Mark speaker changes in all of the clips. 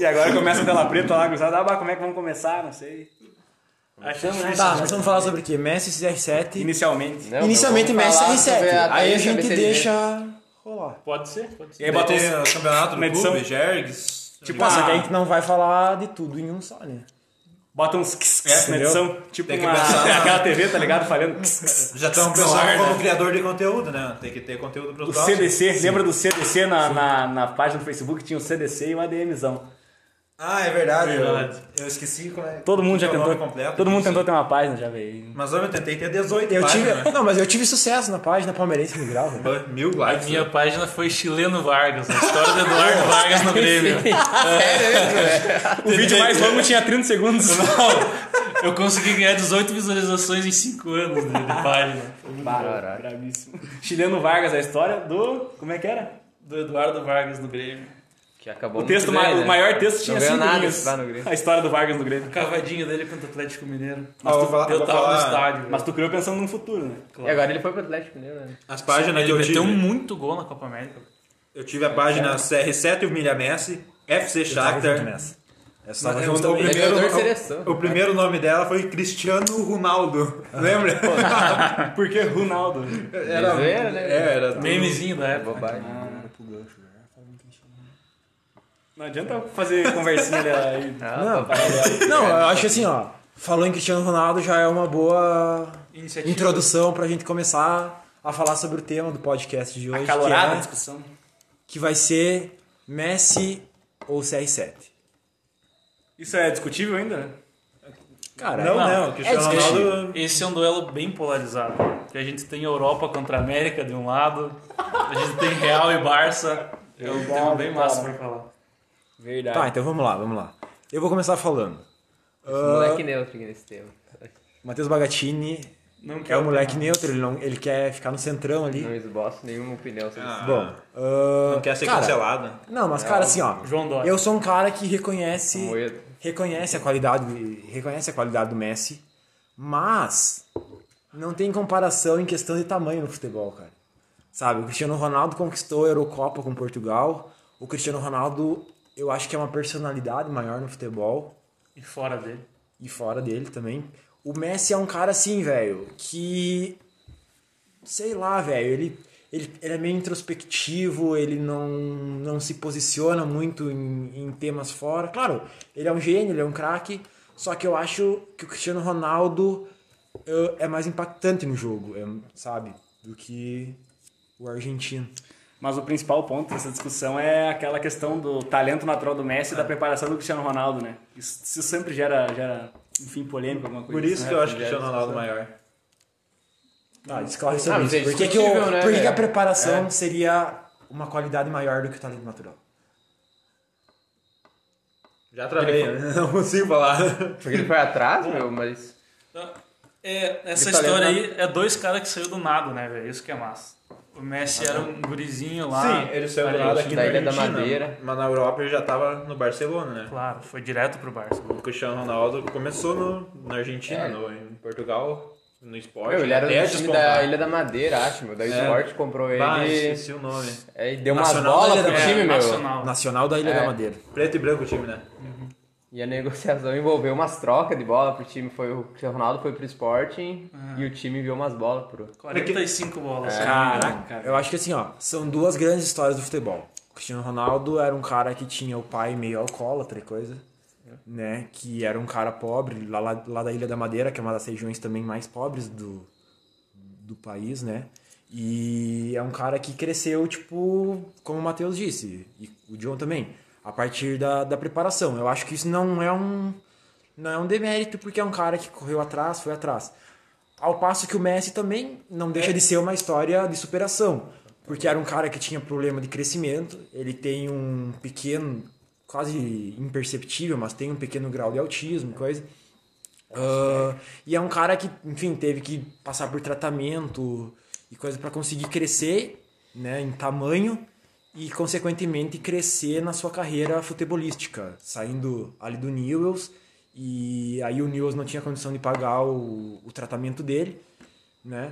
Speaker 1: E agora começa a tela preta lá, cruzada. Ah, bah, como é que vamos começar? Não sei. Achamos né?
Speaker 2: Tá, nós vamos falar sobre o quê? Messi CR7.
Speaker 1: inicialmente.
Speaker 3: Não,
Speaker 2: Inicialmente
Speaker 3: eu vou
Speaker 2: Messi
Speaker 3: falar sobre
Speaker 2: CR7.
Speaker 3: a
Speaker 2: Aí a
Speaker 3: Thaís,
Speaker 2: gente
Speaker 3: saber se ele
Speaker 2: deixa rolar.
Speaker 4: Pode ser, pode ser.
Speaker 1: E aí botou
Speaker 5: Tem o campeonato do
Speaker 1: uma edição-
Speaker 5: clube, Jergs.
Speaker 1: Tipo,
Speaker 2: Mas só que a
Speaker 1: uma,
Speaker 2: gente não vai falar de tudo em um só, né?
Speaker 1: bota uns kss kss na
Speaker 2: Entendeu?
Speaker 1: edição. Tipo
Speaker 5: Tem que
Speaker 1: uma,
Speaker 5: pensar na-
Speaker 1: aquela TV, tá ligado? Falhando kss, kss.
Speaker 5: Já estamos
Speaker 1: Solar,
Speaker 5: pensando
Speaker 1: né?
Speaker 5: como criador de conteúdo, né? Tem que ter conteúdo para
Speaker 1: O
Speaker 5: os
Speaker 1: CDC, lembra do CDC na, na, na página do Facebook? Tinha o CDC e o ADMzão.
Speaker 5: Ah, é verdade. eu-
Speaker 4: Verdade.
Speaker 5: Eu, esqueci como é.
Speaker 1: Todo mundo
Speaker 5: que
Speaker 1: já
Speaker 5: é o
Speaker 1: tentou.
Speaker 5: nome completo
Speaker 1: todo mundo
Speaker 5: disso.
Speaker 1: tentou ter uma página já, velho.
Speaker 5: Mas homem, eu tentei ter 18
Speaker 2: Eu
Speaker 5: páginas,
Speaker 2: tive. Não, mas eu tive sucesso na página Palmeirense no grau, velho.
Speaker 5: né? Mil
Speaker 4: A
Speaker 5: likes.
Speaker 4: minha página foi Chileno Vargas, a história do Eduardo Vargas no Grêmio.
Speaker 1: O vídeo mais longo tinha 30 segundos.
Speaker 4: Eu consegui ganhar 18 visualizações em 5 anos né, de página.
Speaker 1: Bah, Bravíssimo. Chileno Vargas, a história do. Como é que era?
Speaker 4: Do Eduardo Vargas no Grêmio.
Speaker 3: Que acabou
Speaker 1: O texto,
Speaker 3: muito bem,
Speaker 1: ma-
Speaker 3: né?
Speaker 1: o maior texto tinha
Speaker 3: Não ganhou
Speaker 1: cinco
Speaker 3: nada
Speaker 1: linhas.
Speaker 3: lá no Grêmio.
Speaker 1: A história do Vargas no Grêmio.
Speaker 4: Cavadinha dele contra o Atlético Mineiro.
Speaker 5: Mas tu fala-
Speaker 4: eu
Speaker 5: Ah, vou
Speaker 4: tava
Speaker 5: falar-
Speaker 4: no estádio.
Speaker 1: Mas tu criou pensando num futuro, né?
Speaker 3: E agora ele foi pro Atlético Mineiro, né?
Speaker 5: As páginas que
Speaker 4: ele
Speaker 5: eu
Speaker 4: meteu
Speaker 5: tive.
Speaker 4: muito gol na Copa América.
Speaker 5: Eu tive a página CR7 Humilha Messi, FC Shakhtar. É Essa
Speaker 2: Mas
Speaker 5: foi
Speaker 2: eu
Speaker 5: o
Speaker 2: também.
Speaker 5: primeiro-
Speaker 3: Jogador de seleção.
Speaker 5: o primeiro nome dela foi Cristiano Ronaldo. Lembra?
Speaker 1: Porque Ronaldo.
Speaker 5: Era,
Speaker 3: Desenho, né?
Speaker 5: é, era tudo-
Speaker 4: Tá. Memezinho da época.
Speaker 3: Bobagem.
Speaker 1: Não adianta fazer conversinha dela aí.
Speaker 2: Não, não, eu acho que assim, ó. Falou em Cristiano Ronaldo já é uma boa
Speaker 4: Iniciativa.
Speaker 2: introdução pra gente começar a falar sobre o tema do podcast de hoje.
Speaker 1: Acalorada a
Speaker 2: que, é,
Speaker 1: discussão.
Speaker 2: que vai ser Messi ou CR7.
Speaker 1: Isso é discutível ainda, né?
Speaker 2: Cara,
Speaker 5: Então, Não,
Speaker 4: Não,
Speaker 5: não. O Cristiano
Speaker 2: é discutível.
Speaker 5: Ronaldo.
Speaker 4: Esse é um duelo bem polarizado. Que a gente tem Europa contra a América de um lado, a gente tem Real e Barça. É um tema bem massa pra falar.
Speaker 1: Verdade.
Speaker 2: Tá, então vamos lá, vamos lá. Eu vou começar falando. Ah.
Speaker 3: Moleque neutro aqui nesse tema.
Speaker 2: Matheus Bagatini
Speaker 1: Não quer
Speaker 2: é um moleque neutro, ele, não, ele quer ficar no centrão
Speaker 3: Não
Speaker 2: ali.
Speaker 3: esboço nenhuma opinião sobre isso.
Speaker 5: Ah,
Speaker 2: Bom, ah,
Speaker 5: Não quer ser
Speaker 2: cara,
Speaker 5: cancelado. né? É
Speaker 2: Não, mas cara, assim, ó.
Speaker 4: João Dória.
Speaker 2: Eu sou um cara que reconhece,
Speaker 3: Moedo.
Speaker 2: reconhece a qualidade, reconhece a qualidade do Messi, mas não tem comparação em questão de tamanho no futebol, cara. Sabe, o Cristiano Ronaldo conquistou a Eurocopa com Portugal. O Cristiano Ronaldo, eu acho que é uma personalidade maior no futebol
Speaker 4: E fora dele.
Speaker 2: e fora dele também. O Messi é um cara assim, velho, que. Sei lá, velho, ele, ele, ele é meio introspectivo, ele não, não se posiciona muito em, em temas fora. Claro, ele é um gênio, ele é um craque, só que eu acho que o Cristiano Ronaldo eh, é mais impactante no jogo, é, sabe? Do que o argentino.
Speaker 1: Mas o principal ponto dessa discussão é aquela questão do talento natural do Messi e da preparação do Cristiano Ronaldo, né? Isso, isso sempre gera, gera, enfim, polêmica, alguma coisa.
Speaker 5: Por isso
Speaker 1: né?
Speaker 5: que eu acho que o Cristiano Ronaldo maior.
Speaker 2: Tá, discorre
Speaker 3: Ah,
Speaker 2: sobre
Speaker 3: mas é
Speaker 2: isso. Por que, que, o-
Speaker 3: discutível, né,
Speaker 2: por que que a
Speaker 3: velho? É.
Speaker 2: preparação seria uma qualidade maior do que o talento natural?
Speaker 5: Já travei, né? não consigo falar.
Speaker 3: Porque ele foi atrás, meu, mas.
Speaker 4: Então, é, essa
Speaker 3: De talento,
Speaker 4: história aí é dois caras que saiu do nada, né, velho? Isso que é massa. O Messi era um gurizinho lá.
Speaker 5: Sim, Ah, ele saiu do
Speaker 4: Olha,
Speaker 5: lado aqui na
Speaker 3: da Ilha é da
Speaker 5: Argentina,
Speaker 3: Madeira.
Speaker 5: mas na Europa ele já tava no Barcelona, né?
Speaker 4: Claro, foi direto pro Barça.
Speaker 5: O Cristiano Ronaldo começou no, na Argentina,
Speaker 3: É.
Speaker 5: no, em Portugal, no esporte.
Speaker 3: Meu, ele era
Speaker 5: até
Speaker 3: do time
Speaker 5: despontar.
Speaker 3: da Ilha da Madeira, acho, meu. Da Sport comprou ele.
Speaker 5: Bah, esqueci o nome.
Speaker 3: Aí deu uma
Speaker 5: Nacional da
Speaker 3: bola
Speaker 5: Ilha
Speaker 3: pro
Speaker 5: da É,
Speaker 3: time, meu.
Speaker 4: nacional.
Speaker 2: Nacional da Ilha
Speaker 3: É.
Speaker 2: da Madeira.
Speaker 5: Preto e branco o time, né?
Speaker 3: E a negociação envolveu umas trocas de bola pro time. Foi o Cristiano Ronaldo foi pro Sporting e o time enviou umas bolas pro.
Speaker 4: 45 bolas.
Speaker 2: É.
Speaker 1: Caraca,
Speaker 2: Eu acho que assim, ó, são duas grandes histórias do futebol. O Cristiano Ronaldo era um cara que tinha o pai meio alcoólatra e coisa, né? Que era um cara pobre, lá, lá, lá da Ilha da Madeira, que é uma das regiões também mais pobres do, do país, né? E é um cara que cresceu, tipo, como o Matheus disse, e o John também, a partir da, da preparação. Eu acho que isso não é um. Não é um demérito, porque é um cara que correu atrás, foi atrás. Ao passo que o Messi também não deixa de ser uma história de superação. Porque era um cara que tinha problema de crescimento, ele tem um pequeno, quase imperceptível, mas tem um pequeno grau de autismo, coisa. Ah, e é um cara que, enfim, teve que passar por tratamento e coisa para conseguir crescer, né, em tamanho e consequentemente crescer na sua carreira futebolística, saindo ali do Newells e aí o Newells não tinha condição de pagar o, o tratamento dele, né?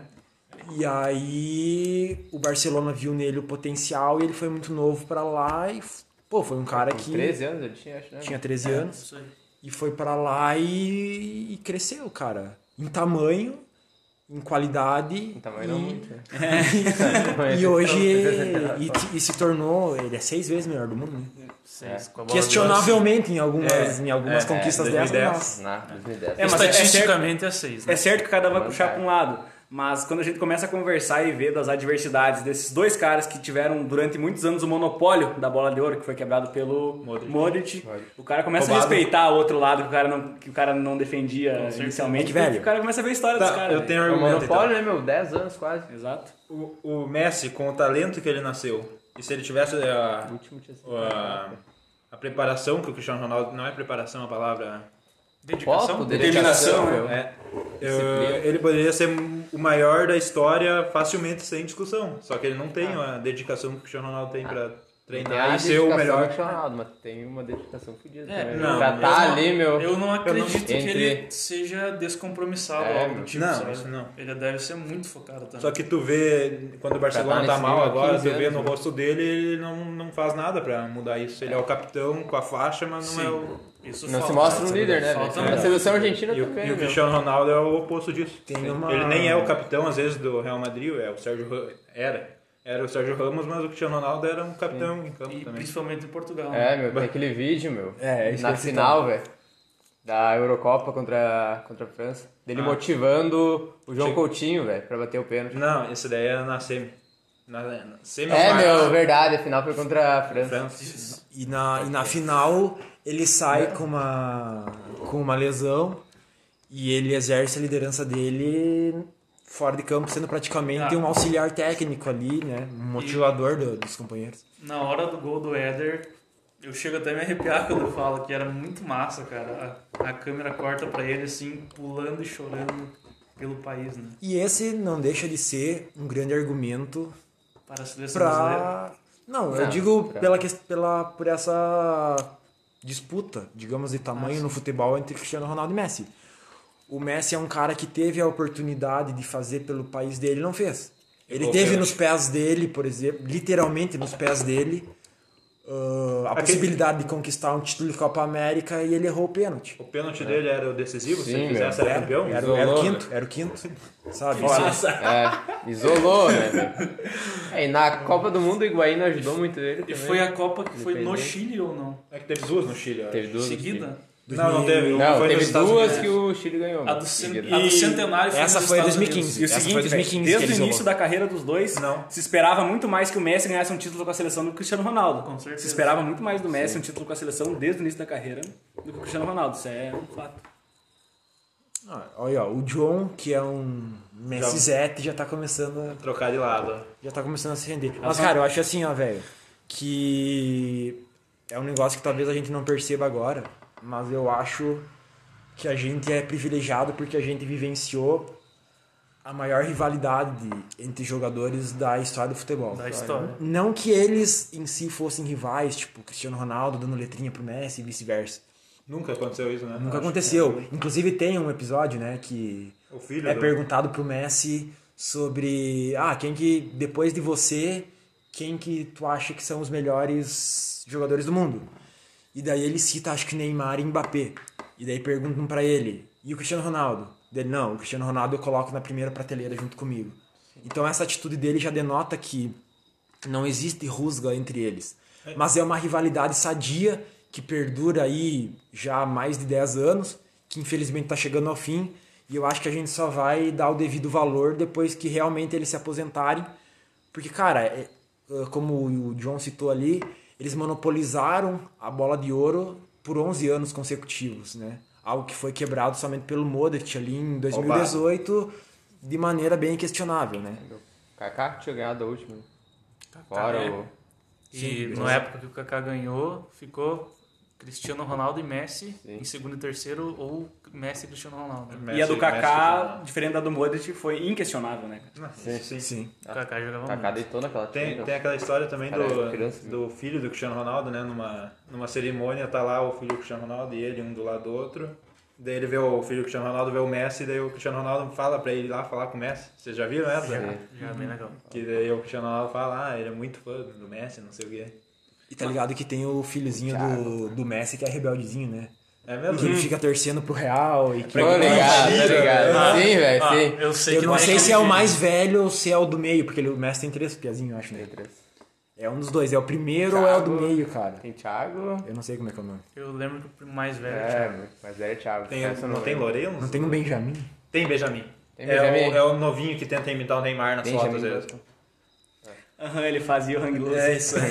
Speaker 2: E aí o Barcelona viu nele o potencial e ele foi muito novo para lá e f- Pô, foi um cara
Speaker 3: Com
Speaker 2: que
Speaker 3: 13 anos ele tinha, acho, né?
Speaker 2: tinha 13 anos
Speaker 4: Isso aí.
Speaker 2: e foi pra lá e, e cresceu, cara. Em tamanho, em qualidade.
Speaker 3: Em tamanho não
Speaker 2: e- É.
Speaker 3: muito. então- né?
Speaker 2: E hoje e, e se tornou, ele é seis vezes melhor do mundo, né?
Speaker 4: Seis, com a bola de
Speaker 2: Questionavelmente em algumas, em algumas
Speaker 3: É,
Speaker 2: conquistas
Speaker 5: é,
Speaker 2: dessas,
Speaker 5: 2010.
Speaker 2: mas-
Speaker 3: Na 2010.
Speaker 1: É, mas
Speaker 4: Estatisticamente é 6, né?
Speaker 1: É certo que cada vai
Speaker 3: Vantagem.
Speaker 1: puxar para um lado, mas quando a gente começa a conversar e ver das adversidades desses dois caras que tiveram durante muitos anos o monopólio da bola de ouro, que foi quebrado pelo Modric, o cara começa a
Speaker 5: Roubado.
Speaker 1: respeitar o outro lado que o cara não, que o cara não defendia
Speaker 4: certeza.
Speaker 1: inicialmente.
Speaker 2: É que, velho,
Speaker 1: e o cara começa a ver a história dos
Speaker 5: Tá,
Speaker 1: caras.
Speaker 5: eu tenho um
Speaker 3: É o
Speaker 5: argumento
Speaker 3: monopólio,
Speaker 5: então.
Speaker 3: né, meu? 10 anos quase.
Speaker 1: né? Exato.
Speaker 5: O, o Messi, com o talento que ele nasceu, e se ele tivesse eh,
Speaker 3: O
Speaker 5: a,
Speaker 3: último tinha sido.
Speaker 5: a, a preparação que o Cristiano Ronaldo... Não é preparação a palavra...
Speaker 1: Determinação,
Speaker 3: Foco, dedicação, meu.
Speaker 5: É, eh, ele poderia ser o maior da história facilmente sem discussão. Só que ele não tem a dedicação que o Cristiano Ronaldo tem pra treinar e ser o melhor.
Speaker 3: Ronaldo, mas tem uma dedicação fodida.
Speaker 4: É,
Speaker 3: também.
Speaker 5: não,
Speaker 3: pra
Speaker 5: eu
Speaker 3: tá
Speaker 4: não-
Speaker 3: ali, meu.
Speaker 4: Eu não acredito que
Speaker 3: Entre-
Speaker 4: ele seja descompromissado
Speaker 3: É,
Speaker 4: ou algo do
Speaker 3: meu.
Speaker 4: tipo,
Speaker 5: Não,
Speaker 4: sabe?
Speaker 5: isso não.
Speaker 4: Ele deve ser muito focado também.
Speaker 5: Só que tu vê, quando o
Speaker 3: Pra
Speaker 5: Barcelona
Speaker 3: estar
Speaker 5: tá
Speaker 3: nesse
Speaker 5: mal
Speaker 3: nível há
Speaker 5: agora,
Speaker 3: 15
Speaker 5: tu vê
Speaker 3: anos,
Speaker 5: no
Speaker 3: né?
Speaker 5: rosto dele, ele não, não faz nada pra mudar isso. Ele é o capitão com a faixa, mas não
Speaker 4: Sim.
Speaker 5: é o.
Speaker 4: Isso
Speaker 3: Não
Speaker 4: falta,
Speaker 3: se mostra um
Speaker 4: sabe?
Speaker 3: líder, né?
Speaker 4: Falta
Speaker 3: velho? A tá
Speaker 4: muito.
Speaker 3: seleção argentina
Speaker 5: E, o,
Speaker 3: também.
Speaker 5: e o
Speaker 3: meu.
Speaker 5: Cristiano Ronaldo é o oposto disso.
Speaker 2: Tem uma-
Speaker 5: Ele nem é o capitão, às vezes, do Real Madrid, é o Sérgio Ra- Era. Era o Sérgio Ramos, mas o Cristiano Ronaldo era um capitão em campo
Speaker 4: E
Speaker 5: também.
Speaker 4: principalmente em Portugal. né?
Speaker 3: É, meu, tem aquele vídeo, meu.
Speaker 2: É, isso que
Speaker 3: Na
Speaker 2: eu ia
Speaker 3: final, velho. Da Eurocopa contra, contra a França.
Speaker 5: Ah.
Speaker 3: Dele motivando o João
Speaker 5: Sim.
Speaker 3: Coutinho, velho, pra bater o pênalti.
Speaker 5: Não, esse daí era na semi. Na, na semi
Speaker 3: É,
Speaker 5: na-
Speaker 3: meu, verdade, a final foi contra a França.
Speaker 5: França.
Speaker 2: E na, e na final ele sai com uma, com uma lesão e ele exerce a liderança dele fora de campo, sendo praticamente
Speaker 4: Ah.
Speaker 2: um auxiliar técnico ali, né? Um motivador do- dos companheiros.
Speaker 4: Na hora do gol do Éder, eu chego até a me arrepiar quando eu falo que era muito massa, cara. A, a câmera corta pra ele assim, pulando e chorando pelo país, né?
Speaker 2: E esse não deixa de ser um grande argumento
Speaker 4: Para a seleção brasileira.
Speaker 2: pra. Não, eu
Speaker 3: Não,
Speaker 2: digo
Speaker 3: pra-
Speaker 2: pela, ques- pela por essa disputa, digamos, de tamanho no futebol entre Cristiano Ronaldo e Messi. O Messi é um cara que teve a oportunidade de fazer pelo país dele, não fez. Ele
Speaker 5: Igual
Speaker 2: teve
Speaker 5: pênalti.
Speaker 2: nos pés dele, por exemplo, literalmente nos pés dele, ah, a
Speaker 5: Aquele-
Speaker 2: possibilidade de conquistar um título de Copa América e ele errou o pênalti.
Speaker 5: O pênalti dele era o decisivo, se
Speaker 3: Sim,
Speaker 5: ele quisesse
Speaker 2: Era,
Speaker 5: era campeão.
Speaker 2: era,
Speaker 3: Isolou,
Speaker 2: era o
Speaker 3: né?
Speaker 2: quinto, era o quinto, sabe?
Speaker 3: É, isolou, né, velho? É, e na Copa do Mundo o Higuaín não ajudou muito ele também.
Speaker 4: E foi a Copa que foi no
Speaker 3: Independente.
Speaker 4: Chile ou não?
Speaker 5: É que teve duas no Chile, eu acho.
Speaker 3: Teve duas. assim.
Speaker 4: Seguida?
Speaker 5: Não, não teve. Uma
Speaker 3: Não,
Speaker 5: foi nos
Speaker 3: teve
Speaker 5: Estados
Speaker 3: duas
Speaker 5: Unidos.
Speaker 3: que o Chile ganhou.
Speaker 4: A
Speaker 3: mano,
Speaker 4: do, cen-
Speaker 3: seguida.
Speaker 4: a do centenário foi
Speaker 2: Essa
Speaker 4: nos
Speaker 2: foi em
Speaker 4: Estados
Speaker 2: 2015.
Speaker 1: E o
Speaker 2: Essa
Speaker 1: seguinte,
Speaker 2: foi
Speaker 1: velho,
Speaker 2: 2015 que
Speaker 1: desde o
Speaker 2: eles
Speaker 1: início da carreira dos dois,
Speaker 5: Não.
Speaker 1: se esperava muito mais que o Messi ganhasse um título com a seleção do que o Cristiano Ronaldo.
Speaker 4: Com certeza.
Speaker 1: Se esperava muito mais do Messi um título com a seleção desde o início da carreira do que o Cristiano Ronaldo. Isso é um fato.
Speaker 2: Ah, Olha, ó, o John, que é um Messi Zete, já tá começando a
Speaker 5: Trocar de lado.
Speaker 2: já tá começando a se render. Mas, cara, eu acho assim, ó, velho, que é um negócio que talvez a gente não perceba agora, mas eu acho que a gente é privilegiado porque a gente vivenciou a maior rivalidade entre jogadores da história do futebol.
Speaker 4: Da história.
Speaker 2: Não que eles em si fossem rivais, tipo Cristiano Ronaldo dando letrinha pro Messi e vice-versa.
Speaker 5: Nunca aconteceu isso, né?
Speaker 2: Nunca
Speaker 5: Acho.
Speaker 2: aconteceu. Inclusive tem um episódio, né, que
Speaker 5: O filho
Speaker 2: é
Speaker 5: do-
Speaker 2: perguntado pro Messi sobre ah quem que depois de você quem que tu acha que são os melhores jogadores do mundo e daí ele cita acho que Neymar e Mbappé e daí perguntam pra ele e o Cristiano Ronaldo dele não o Cristiano Ronaldo eu coloco na primeira prateleira junto comigo então essa atitude dele já denota que não existe rusga entre eles mas é uma rivalidade sadia que perdura aí já há mais de 10 anos que infelizmente está chegando ao fim e eu acho que a gente só vai dar o devido valor depois que realmente eles se aposentarem. Porque, cara, é- é, como o John citou ali, eles monopolizaram a bola de ouro por 11 anos consecutivos, né? Algo que foi quebrado somente pelo Modric ali em 2018 de maneira bem questionável, né?
Speaker 3: Kaká tinha ganhado a última. né? Fora
Speaker 4: é.
Speaker 3: o...
Speaker 4: E na época que o Kaká ganhou, ficou Cristiano Ronaldo e Messi em segundo e terceiro, ou Messi e Cristiano Ronaldo. né?
Speaker 1: e a do
Speaker 5: Messi-
Speaker 1: Kaká,
Speaker 5: Messi-
Speaker 1: diferente da do Modric, foi inquestionável, né? cara?
Speaker 5: Sim, sim.
Speaker 2: Sim.
Speaker 4: O Kaká jogava
Speaker 3: Kaká deitou naquela
Speaker 5: Tem,
Speaker 3: Champions.
Speaker 5: tem aquela história também
Speaker 3: Cara,
Speaker 5: do,
Speaker 3: criança, né?
Speaker 5: do filho do Cristiano Ronaldo, né? Numa, numa cerimônia, tá lá o filho do Cristiano Ronaldo e ele, um do lado do outro. Daí ele vê o filho do Cristiano Ronaldo, vê o Messi, daí o Cristiano Ronaldo fala pra ele ir lá falar com o Messi. Vocês já viram essa?
Speaker 3: Sim.
Speaker 4: muito. Já bem legal.
Speaker 5: Que daí o Cristiano Ronaldo fala, ah, ele é muito fã do Messi, não sei o quê.
Speaker 2: E tá ligado que tem o filhozinho do, do Messi que é rebeldezinho, né?
Speaker 5: É
Speaker 2: Que
Speaker 3: Uhum.
Speaker 5: mesmo?
Speaker 2: ele fica torcendo pro Real e que...
Speaker 3: Tô ligado, tô ligado. Sim, velho,
Speaker 4: Ah,
Speaker 3: sim.
Speaker 4: eu sei
Speaker 2: Eu
Speaker 4: que
Speaker 2: não sei
Speaker 4: aquele
Speaker 2: se é o
Speaker 4: jeito.
Speaker 2: mais velho ou se é o do meio, porque ele, o Messi tem três piazinhos, eu acho, né? É um dos dois, é o primeiro ou é o do
Speaker 3: Thiago.
Speaker 2: meio, cara?
Speaker 3: Tem Thiago.
Speaker 2: Eu não sei como é que é o nome.
Speaker 4: Eu lembro que o mais velho.
Speaker 3: É, mas é Thiago.
Speaker 5: Tem,
Speaker 3: essa eu
Speaker 5: não tem
Speaker 3: lembro.
Speaker 5: Lourenço?
Speaker 2: Não tem um Benjamin?
Speaker 5: Tem Benjamin.
Speaker 3: Tem
Speaker 5: É,
Speaker 3: Benjamin.
Speaker 5: o, é o novinho que tenta imitar o Neymar nas
Speaker 3: Tem
Speaker 5: fotos. é.
Speaker 3: Benjamin né?
Speaker 5: às vezes.
Speaker 3: Button.
Speaker 1: Aham, ele fazia o hang loose.
Speaker 5: É isso aí.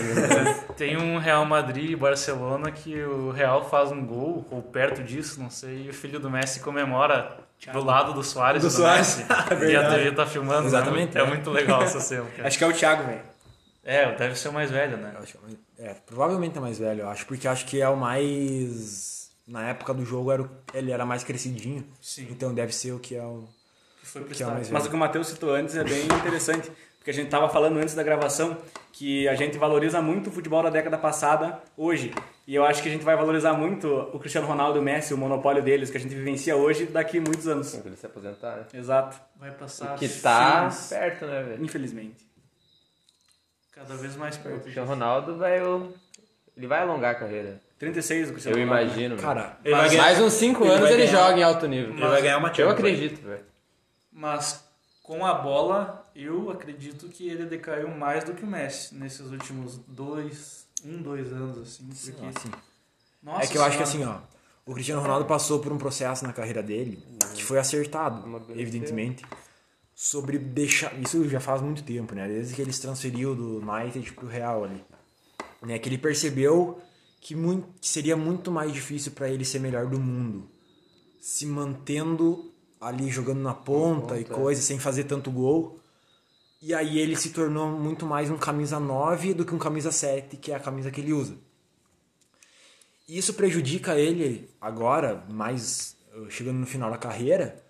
Speaker 4: Tem um Real Madrid e Barcelona que o Real faz um gol, ou perto disso, não sei, e o filho do Messi comemora do lado do Soares
Speaker 5: Do
Speaker 4: e do
Speaker 5: Suárez.
Speaker 4: Messi. e a TV tá filmando. né?
Speaker 2: Exatamente,
Speaker 4: É,
Speaker 2: é.
Speaker 4: muito legal essa cena, cara.
Speaker 1: Acho que é o Thiago, velho.
Speaker 4: É, deve ser o mais velho, né?
Speaker 2: Eu acho que é, é, provavelmente é mais velho, eu acho, porque acho que é o mais. Na época do jogo era o- ele era mais crescidinho.
Speaker 4: Sim.
Speaker 2: Então deve ser o que é o.
Speaker 4: Que foi pro
Speaker 2: Que é o mais
Speaker 4: estádio.
Speaker 1: Mas o que o Matheus citou antes é bem interessante, porque a gente estava falando antes da gravação que a gente valoriza muito o futebol da década passada hoje. E eu acho que a gente vai valorizar muito o Cristiano Ronaldo e o Messi, o monopólio deles que a gente vivencia hoje daqui a muitos anos.
Speaker 3: Tem que ele se aposentar, né?
Speaker 1: Exato,
Speaker 4: Vai passar
Speaker 3: Que tá
Speaker 4: filmes
Speaker 3: perto, né, velho?
Speaker 1: infelizmente.
Speaker 4: cada vez mais
Speaker 3: O
Speaker 4: perto.
Speaker 3: Cristiano Ronaldo vai. o- Ele vai alongar a carreira.
Speaker 1: 36 o Cristiano
Speaker 3: Eu
Speaker 1: Ronaldo.
Speaker 3: imagino. velho.
Speaker 2: Cara,
Speaker 5: Ele vai, ganhar,
Speaker 3: Mais uns 5
Speaker 5: ele
Speaker 3: anos
Speaker 5: vai
Speaker 3: ele
Speaker 5: ganhar-
Speaker 3: joga em alto nível.
Speaker 5: ele vai ganhar uma
Speaker 3: Eu
Speaker 5: Champions.
Speaker 3: acredito, velho.
Speaker 4: Mas com a bola, eu acredito que ele decaiu mais do que o Messi nesses últimos dois, um, dois anos, assim. Porque...
Speaker 2: assim,
Speaker 4: Nossa
Speaker 2: é que eu acho que
Speaker 4: Senhora.
Speaker 2: assim, ó. O Cristiano Ronaldo passou por um processo na carreira dele que foi acertado,
Speaker 3: Amadureceram.
Speaker 2: evidentemente. Sobre deixar. Isso já faz muito tempo, né? Desde que ele se transferiu do United pro Real ali. Né? Que ele percebeu que, muito, que seria muito mais difícil pra ele ser melhor do mundo. Se mantendo ali jogando na ponta, e
Speaker 3: ponta, é.
Speaker 2: coisa, sem fazer tanto gol. E aí ele se tornou muito mais um camisa 9 do que um camisa 7, que é a camisa que ele usa. E isso prejudica ele agora, mais eh, chegando no final da carreira,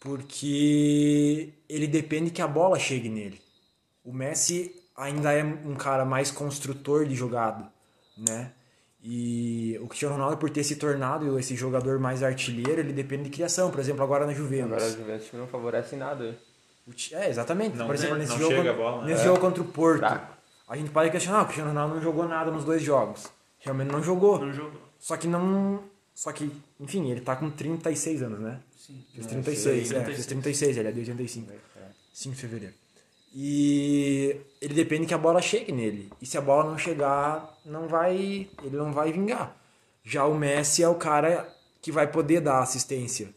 Speaker 2: porque ele depende que a bola chegue nele. O Messi ainda é um cara mais construtor de jogada, né? E o Cristiano Ronaldo, por ter se tornado esse jogador mais artilheiro, ele depende de criação. Por exemplo, agora na Juventus.
Speaker 3: Agora o Juventus não favorece em nada. velho.
Speaker 2: O ti- É, exatamente.
Speaker 5: Não-
Speaker 2: Por exemplo,
Speaker 5: não
Speaker 2: nesse, jogo,
Speaker 5: chega a bola, né?
Speaker 2: nesse
Speaker 5: É.
Speaker 2: jogo contra o Porto,
Speaker 3: Fraco.
Speaker 2: a gente pode questionar, "Ah, o Cristiano Ronaldo não jogou nada nos dois jogos. Realmente não jogou.
Speaker 4: Não jogou.
Speaker 2: Só que não... Só que, enfim, ele tá com 36 anos, né?
Speaker 4: Sim.
Speaker 2: Fez 36, é,
Speaker 4: 36.
Speaker 2: fez 36, ele é de 85. 5 de fevereiro. E ele depende que a bola chegue nele. E se a bola não chegar, não vai, ele não vai vingar. Já o Messi é o cara que vai poder dar assistência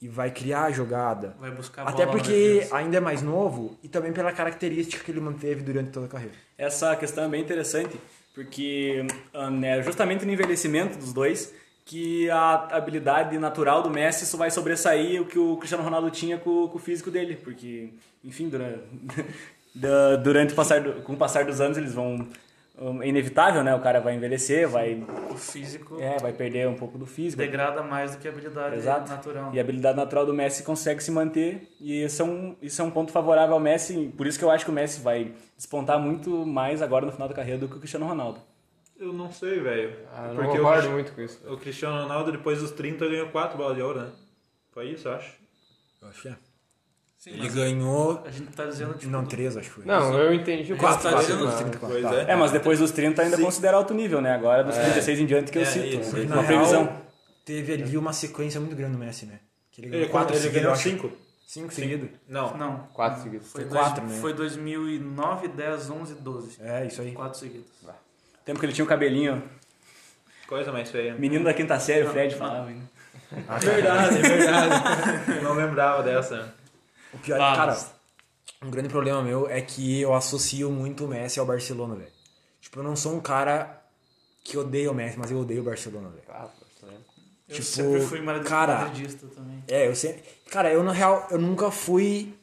Speaker 2: e vai criar a jogada.
Speaker 4: Vai buscar a
Speaker 2: Até
Speaker 4: bola na
Speaker 2: porque
Speaker 4: defesa.
Speaker 2: ainda é mais novo e também pela característica que ele manteve durante toda a carreira.
Speaker 1: Essa questão é bem interessante, porque hum, é justamente no envelhecimento dos dois que a habilidade natural do Messi só vai sobressair o que o Cristiano Ronaldo tinha com, com o físico dele, porque, enfim, durante, durante o passar do- com o passar dos anos eles vão... hum, É inevitável, né? O cara vai envelhecer, vai,
Speaker 4: o físico
Speaker 1: é, vai perder um pouco do físico.
Speaker 4: degrada mais do que a habilidade
Speaker 1: Exato.
Speaker 4: natural.
Speaker 1: E a habilidade natural do Messi consegue se manter e isso é, um, isso é um ponto favorável ao Messi. Por isso que eu acho que o Messi vai despontar muito mais agora no final da carreira do que o Cristiano Ronaldo.
Speaker 5: Eu não sei, velho.
Speaker 3: Ah, eu não
Speaker 5: Porque
Speaker 3: concordo
Speaker 5: o,
Speaker 3: muito com isso.
Speaker 5: o Cristiano Ronaldo, depois dos 30, ganhou 4 bolas de ouro, né? Foi isso, eu acho.
Speaker 2: Eu acho que é.
Speaker 4: Sim,
Speaker 2: Ele
Speaker 4: mas
Speaker 2: ganhou...
Speaker 4: a gente tá dizendo tipo,
Speaker 2: Um, Não, 3, acho que foi.
Speaker 3: Não, eu entendi o
Speaker 4: Quatro,
Speaker 3: quatro,
Speaker 4: quatro,
Speaker 3: mano.
Speaker 2: Trinta e quatro,
Speaker 5: Pois
Speaker 2: tá.
Speaker 5: é.
Speaker 1: É, mas depois dos 30 ainda considera alto nível, né? Agora dos 36 em diante que eu
Speaker 5: É,
Speaker 1: cito.
Speaker 5: isso,
Speaker 1: uma
Speaker 5: isso.
Speaker 2: Na
Speaker 1: previsão.
Speaker 2: real, teve ali uma sequência muito grande no Messi, né? Que ele
Speaker 5: Ele,
Speaker 2: ganhou 4
Speaker 5: ele
Speaker 2: seguidos.
Speaker 5: ganhou
Speaker 2: eu acho.
Speaker 5: 5?
Speaker 2: Cinco seguidos?
Speaker 5: Não.
Speaker 4: Não.
Speaker 3: Quatro seguidos.
Speaker 4: Foi,
Speaker 2: Foi
Speaker 4: dois-
Speaker 2: quatro, né?
Speaker 4: foi 2009, 10, 11, 12.
Speaker 2: É, isso aí.
Speaker 4: Quatro seguidos.
Speaker 1: Tempo que ele tinha o cabelinho.
Speaker 5: Coisa mais feia.
Speaker 1: Menino da quinta série, o Fred
Speaker 4: Não,
Speaker 1: falava ainda.
Speaker 3: Ah,
Speaker 5: Verdade, verdade. não lembrava dessa.
Speaker 2: O pior, é
Speaker 4: Ah,
Speaker 2: cara,
Speaker 4: mas-
Speaker 2: um grande problema meu é que eu associo muito o Messi ao Barcelona, velho. Tipo, eu não sou um cara que odeia o Messi, mas eu odeio o Barcelona, velho.
Speaker 3: Ah, pô, isso lembra.
Speaker 4: Eu
Speaker 2: Tipo,
Speaker 4: sempre fui madrid-
Speaker 2: cara,
Speaker 4: madridista também.
Speaker 2: É, eu sempre. Cara, eu na real, eu nunca fui.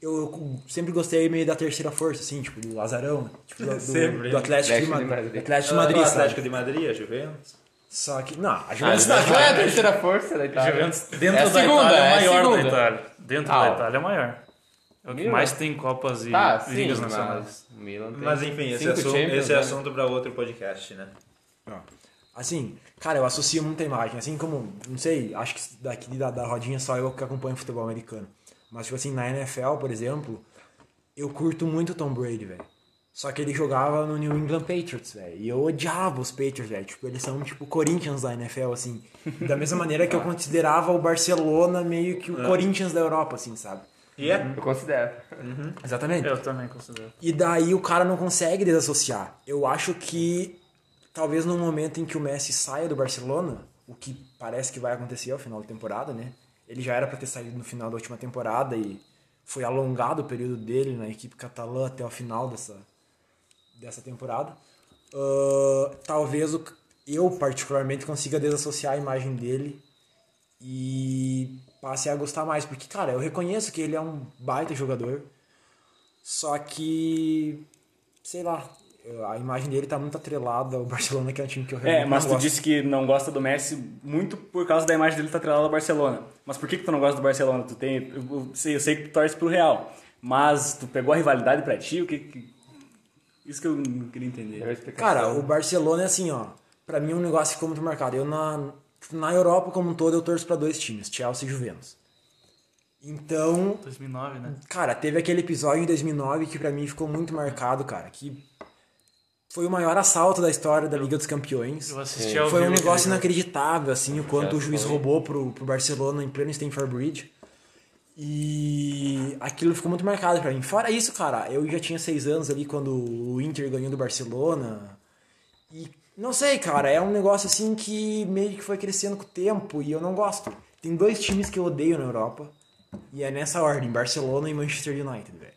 Speaker 2: Eu, eu sempre gostei meio da terceira força, assim, tipo, do Lazarão, tipo, do, do-
Speaker 5: Sempre.
Speaker 2: do Atlético de
Speaker 3: Atlético de
Speaker 2: Madrid.
Speaker 3: Madrid.
Speaker 2: do Atlético de Madrid,
Speaker 5: É O
Speaker 2: sabe?
Speaker 5: Ah, Atlético de Madrid, a Juventus.
Speaker 2: Só que. Não, a
Speaker 3: Ah,
Speaker 2: Juventus
Speaker 3: isso não é a terceira força da Itália.
Speaker 4: Juventus
Speaker 3: É
Speaker 4: dentro
Speaker 3: a
Speaker 4: da
Speaker 3: segunda,
Speaker 4: Itália é
Speaker 3: é a
Speaker 4: maior da
Speaker 3: segunda.
Speaker 4: Itália. Dentro
Speaker 3: Ah,
Speaker 4: da
Speaker 3: ó.
Speaker 4: Itália é maior. É o que
Speaker 3: Milan.
Speaker 4: mais tem Copas e
Speaker 3: Tá, sim,
Speaker 4: ligas nacionais.
Speaker 3: mas o Milan tem
Speaker 5: Mas enfim, esse,
Speaker 3: cinco
Speaker 5: assunto,
Speaker 3: Champions,
Speaker 5: esse é
Speaker 3: né?
Speaker 5: assunto pra outro podcast, né?
Speaker 2: Assim, cara, eu associo muita imagem. Assim como, não sei, acho que daqui da, da rodinha só eu que acompanho futebol americano. Mas, tipo assim, na NFL, por exemplo, eu curto muito o Tom Brady, velho. Só que ele jogava no New England Patriots, velho. E eu odiava os Patriots, velho. Tipo, eles são tipo Corinthians da NFL, assim. Da mesma maneira que eu considerava o Barcelona meio que o Corinthians da Europa, assim, sabe?
Speaker 5: E é
Speaker 3: Eu considero.
Speaker 2: Exatamente.
Speaker 4: Eu também considero.
Speaker 2: E daí o cara não consegue desassociar. Eu acho que talvez no momento em que o Messi saia do Barcelona, o que parece que vai acontecer ao final da temporada, né? Ele já era pra ter saído no final da última temporada e foi alongado o período dele na equipe catalã até o final dessa, dessa temporada. Ah, talvez o- eu, particularmente, consiga desassociar a imagem dele e passe a gostar mais. Porque, cara, eu reconheço que ele é um baita jogador. Só que, sei lá, a imagem dele tá muito atrelada ao Barcelona, que é um time que eu realmente
Speaker 1: É, mas
Speaker 2: não
Speaker 1: tu
Speaker 2: gosto.
Speaker 1: disse que não gosta do Messi muito por causa da imagem dele tá atrelada ao Barcelona. Mas por que que tu não gosta do Barcelona? Tu tem, eu- eu sei, eu sei que tu torce pro Real, mas tu pegou a rivalidade pra ti? O que, que- isso que eu não queria
Speaker 3: Eu
Speaker 1: entender.
Speaker 3: explico.
Speaker 2: Cara, o Barcelona é assim, ó. Pra mim é um negócio que ficou muito marcado. Eu na, na Europa como um todo eu torço pra dois times, Chelsea e Juventus. Então,
Speaker 4: 2009, né?
Speaker 2: Cara, teve aquele episódio em 2009 que pra mim ficou muito marcado, cara, que foi o maior assalto da história da Liga dos Campeões.
Speaker 4: Eu assisti ao
Speaker 2: Foi um
Speaker 4: vivo,
Speaker 2: negócio
Speaker 4: né?
Speaker 2: inacreditável, assim, o quanto o juiz
Speaker 3: foi.
Speaker 2: roubou pro, pro Barcelona em pleno Stamford Bridge. E aquilo ficou muito marcado pra mim. Fora isso, cara, eu já tinha seis anos ali quando o Inter ganhou do Barcelona. E não sei, cara, é um negócio assim que meio que foi crescendo com o tempo e eu não gosto. Tem dois times que eu odeio na Europa. E é nessa ordem, Barcelona e Manchester United, velho.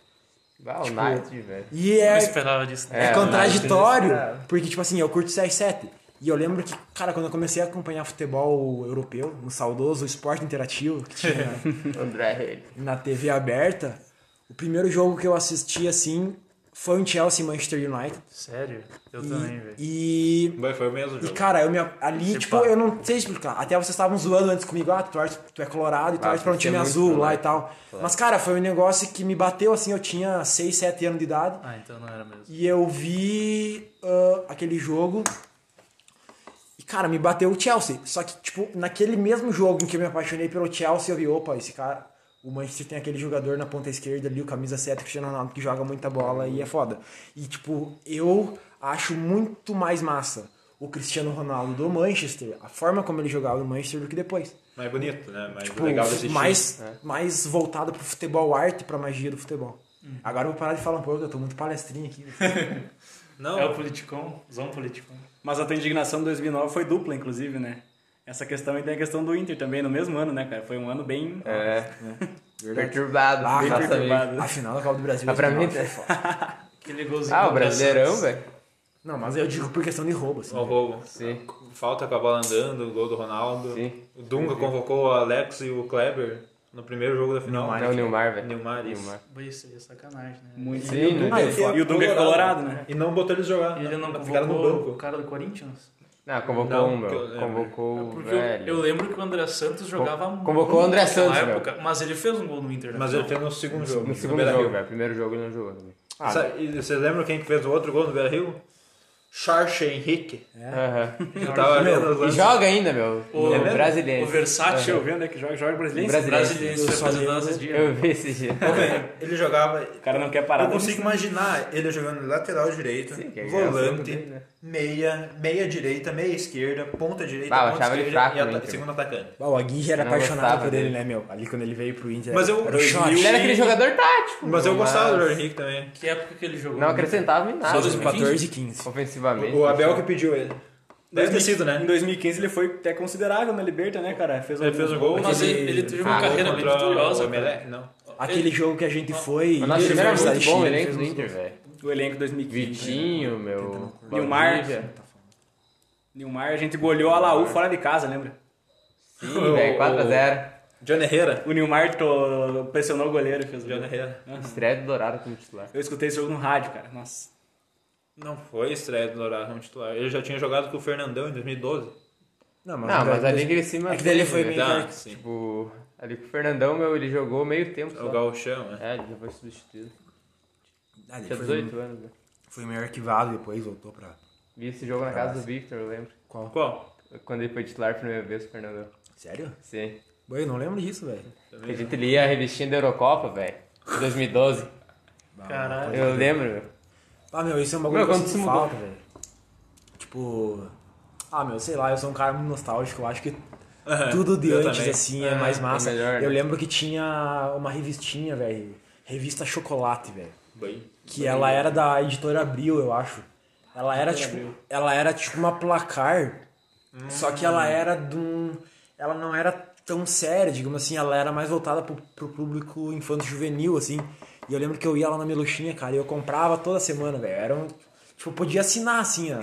Speaker 3: Ah, o Knight, velho.
Speaker 2: E
Speaker 4: Eu não
Speaker 2: é
Speaker 4: esperava disso.
Speaker 2: é
Speaker 3: É,
Speaker 2: contraditório,
Speaker 3: mas-
Speaker 2: porque, tipo assim, eu curto CR7. E eu lembro que, cara, quando eu comecei a acompanhar futebol europeu, no saudoso esporte interativo que tinha
Speaker 3: André Reis.
Speaker 2: na TV aberta, o primeiro jogo que eu assisti, assim, foi um Chelsea e Manchester United.
Speaker 4: Sério? Eu
Speaker 2: E-
Speaker 4: também, velho.
Speaker 2: E
Speaker 5: Vai, foi o mesmo
Speaker 2: e,
Speaker 5: jogo.
Speaker 2: cara, eu me, ali,
Speaker 4: Se
Speaker 2: tipo,
Speaker 4: pá.
Speaker 2: eu não sei explicar. Até vocês estavam zoando antes comigo, ah, tu, torce- tu é colorado e tu
Speaker 3: Ah,
Speaker 2: torce pra um
Speaker 3: você é
Speaker 2: time
Speaker 3: muito
Speaker 2: azul lá e
Speaker 3: colorado.
Speaker 2: tal. Mas, cara, foi um negócio que me bateu, assim, eu tinha 6, 7 anos de idade.
Speaker 4: Ah, então não era mesmo.
Speaker 2: E eu vi ah, aquele jogo. E, cara, me bateu o Chelsea. Só que, tipo, naquele mesmo jogo em que eu me apaixonei pelo Chelsea, eu vi, opa, esse cara. O Manchester tem aquele jogador na ponta esquerda ali, o camisa 7, Cristiano Ronaldo, que joga muita bola e é foda. E, tipo, eu acho muito mais massa o Cristiano Ronaldo do Manchester, a forma como ele jogava no Manchester do que depois.
Speaker 5: Mais bonito, né? Mais
Speaker 2: Tipo,
Speaker 5: legal desse
Speaker 2: mais, mais voltado pro futebol arte, pra magia do futebol. Agora eu vou parar de falar um pouco, eu tô muito palestrinha aqui.
Speaker 5: time. Não,
Speaker 4: É o Politicon? Zão Politicon.
Speaker 1: Mas a tua indignação de 2009 foi dupla, inclusive, né? Essa questão e tem a questão do Inter também, no mesmo ano, né, cara? Foi um ano bem...
Speaker 3: É.
Speaker 2: Verdade.
Speaker 3: Perturbado.
Speaker 2: Ah,
Speaker 3: bem
Speaker 1: perturbado.
Speaker 2: A final da Copa do Brasil.
Speaker 3: Ah, pra mim,
Speaker 2: 2009 foi foda.
Speaker 4: Aquele golzinho.
Speaker 3: Ah, o
Speaker 4: do
Speaker 3: Brasileirão,
Speaker 4: Santos.
Speaker 3: velho.
Speaker 2: Não, mas eu digo por questão de roubo, assim.
Speaker 5: o roubo.
Speaker 3: Sim,
Speaker 5: Falta com a bola andando, o gol do Ronaldo.
Speaker 3: sim.
Speaker 5: O Dunga convocou o Alex e o Kleber no primeiro jogo da final.
Speaker 3: Não, o Neymar, velho.
Speaker 5: Neymar, isso.
Speaker 3: Neymar.
Speaker 4: Pô, Isso aí é sacanagem, né?
Speaker 1: Muito
Speaker 3: Sim,
Speaker 1: e o Dunga,
Speaker 2: né? Ah, eu-
Speaker 1: e o Dunga é colorado, né?
Speaker 5: E não botou eles jogar.
Speaker 4: Ele não
Speaker 5: ficaram
Speaker 4: convocou
Speaker 5: no
Speaker 4: o
Speaker 5: banco.
Speaker 4: cara do Corinthians? É
Speaker 3: Não, convocou
Speaker 5: Não,
Speaker 3: um,
Speaker 5: que eu
Speaker 3: meu.
Speaker 5: lembro.
Speaker 3: Convocou o
Speaker 4: Porque eu,
Speaker 3: velho.
Speaker 4: eu lembro que o André Santos jogava muito
Speaker 3: convocou o André Santos,
Speaker 4: na época, mas ele fez um gol no Inter. né?
Speaker 5: Mas ele fez no segundo jogo.
Speaker 3: No segundo
Speaker 5: Beira-Rio.
Speaker 3: jogo, velho. Primeiro jogo ele não jogou. também.
Speaker 2: Ah,
Speaker 5: Sabe- e Vocês lembram quem que fez o outro gol no Beira Rio? Charles Henrique.
Speaker 3: né? Aham.
Speaker 5: Eu tava
Speaker 2: Meu,
Speaker 5: vendo os
Speaker 3: E
Speaker 5: lances.
Speaker 3: joga ainda, meu.
Speaker 4: O-
Speaker 3: O
Speaker 5: É mesmo?
Speaker 3: brasileiro.
Speaker 4: O Versátil,
Speaker 1: Deixa eu ver onde é que joga, joga brasileiro.
Speaker 3: Brasileiro.
Speaker 4: brasileiro,
Speaker 2: Eu
Speaker 4: foi
Speaker 2: só
Speaker 4: apresentado
Speaker 2: lembro-
Speaker 4: esses dias.
Speaker 3: Eu vi esse dia.
Speaker 5: Ô, velho, Ele jogava.
Speaker 1: O cara não quer parar.
Speaker 5: Eu consigo imaginar ele jogando lateral direito,
Speaker 3: Sim, que é engraçado
Speaker 5: volante,
Speaker 3: dele, né?
Speaker 5: meia, meia direita, meia esquerda, ponta direita,
Speaker 3: Ah, eu
Speaker 5: ponta
Speaker 3: achava ele
Speaker 5: esquerda
Speaker 3: fraco
Speaker 5: e
Speaker 3: no
Speaker 5: ata
Speaker 3: Inter.
Speaker 5: segundo atacante.
Speaker 2: Bah, o Aguirre era
Speaker 3: Não
Speaker 2: apaixonado
Speaker 3: gostava
Speaker 2: por ele,
Speaker 3: dele.
Speaker 2: né, meu? Ali quando ele veio pro Inter.
Speaker 5: Mas eu-
Speaker 2: era o shot.
Speaker 3: Ele era aquele jogador tático.
Speaker 5: Mas eu
Speaker 3: meu,
Speaker 5: gostava do Jorge Henrique também.
Speaker 4: Que época que ele jogou? né?
Speaker 3: Não acrescentava em nada.
Speaker 4: Só dos-
Speaker 3: né?
Speaker 2: 14 e 15.
Speaker 3: Ofensivamente.
Speaker 5: O Abel que pediu ele. Deve ter sido,
Speaker 1: Em
Speaker 5: né?
Speaker 1: 2015 ele foi até considerável na Liberta, né, cara? Fez
Speaker 5: Ele fez o gol.
Speaker 4: Mas ele,
Speaker 2: Aquele-
Speaker 4: ele teve uma
Speaker 3: Ah,
Speaker 4: carreira bem
Speaker 5: Contra o
Speaker 4: vitoriosa.
Speaker 5: Emelec, Não.
Speaker 4: cara.
Speaker 2: Aquele jogo que a gente foi.
Speaker 3: O nosso time era
Speaker 2: Universidade
Speaker 3: muito bom, o
Speaker 2: Chile,
Speaker 3: elenco
Speaker 2: fez
Speaker 3: do
Speaker 2: uns
Speaker 3: Inter,
Speaker 2: gols.
Speaker 3: velho.
Speaker 1: O elenco de 2015.
Speaker 3: Vitinho, meu.
Speaker 1: né? Neymar.
Speaker 3: Valdívia.
Speaker 1: Neymar, a gente goleou a Laú fora de casa, lembra?
Speaker 3: Sim, velho. 4x0.
Speaker 5: John Herrera.
Speaker 1: O Neymar to- pressionou o goleiro e fez o
Speaker 5: John
Speaker 1: gol.
Speaker 5: Herrera.
Speaker 3: Estreia do Dourado como titular.
Speaker 1: Eu escutei esse jogo no rádio, cara. Nossa.
Speaker 5: Não foi estreia do Dourado como titular. Ele já tinha jogado com o Fernandão em 2012.
Speaker 2: Não, mas,
Speaker 3: Não, mas ali
Speaker 2: ele...
Speaker 3: que ele se
Speaker 2: É que daí ele foi
Speaker 3: manteve, né?
Speaker 2: meio.
Speaker 5: Tá,
Speaker 2: que-
Speaker 5: sim.
Speaker 3: Tipo, ali com o Fernandão, meu, ele jogou meio tempo
Speaker 5: O
Speaker 3: só.
Speaker 5: Galchão, né?
Speaker 3: É, ele já foi substituído.
Speaker 2: Ah, ele
Speaker 3: Tinha
Speaker 2: foi,
Speaker 3: 18 anos, né?
Speaker 2: foi meio arquivado depois, voltou pra.
Speaker 3: Vi esse jogo na casa do Victor, eu lembro.
Speaker 2: Qual?
Speaker 5: Qual?
Speaker 3: Quando ele foi titular a primeira vez, o Fernandão.
Speaker 2: Sério?
Speaker 3: Sim.
Speaker 1: Tá
Speaker 2: Bom, eu não lembro disso, velho.
Speaker 5: Também
Speaker 3: Porque a gente lia a revistinha da Eurocopa, velho. de 2012.
Speaker 2: Bah,
Speaker 4: Caralho.
Speaker 2: pode
Speaker 3: Eu
Speaker 2: crer.
Speaker 3: lembro, meu.
Speaker 2: Ah, meu, isso é um bagulho
Speaker 3: Meu,
Speaker 2: que eu
Speaker 3: quando
Speaker 2: sinto
Speaker 3: se mudou?
Speaker 2: falta, velho. Tipo... Ah, meu, sei lá, eu sou um cara muito nostálgico, eu acho que tudo de
Speaker 5: eu
Speaker 2: antes,
Speaker 5: também.
Speaker 2: assim, é mais massa.
Speaker 3: melhor, né?
Speaker 2: Eu lembro que tinha uma revistinha, velho, revista Chocolate, velho.
Speaker 5: Bem,
Speaker 2: Que ela era da editora Abril, eu acho. Ela era tipo, ela era tipo uma placar, só que
Speaker 1: Hum.
Speaker 2: ela era de um, ela não era tão séria, digamos assim, ela era mais voltada pro, pro público infanto juvenil assim. E eu lembro que eu ia lá na Meluchinha, cara, e eu comprava toda semana, velho. Era um, tipo, eu podia assinar assim, ó.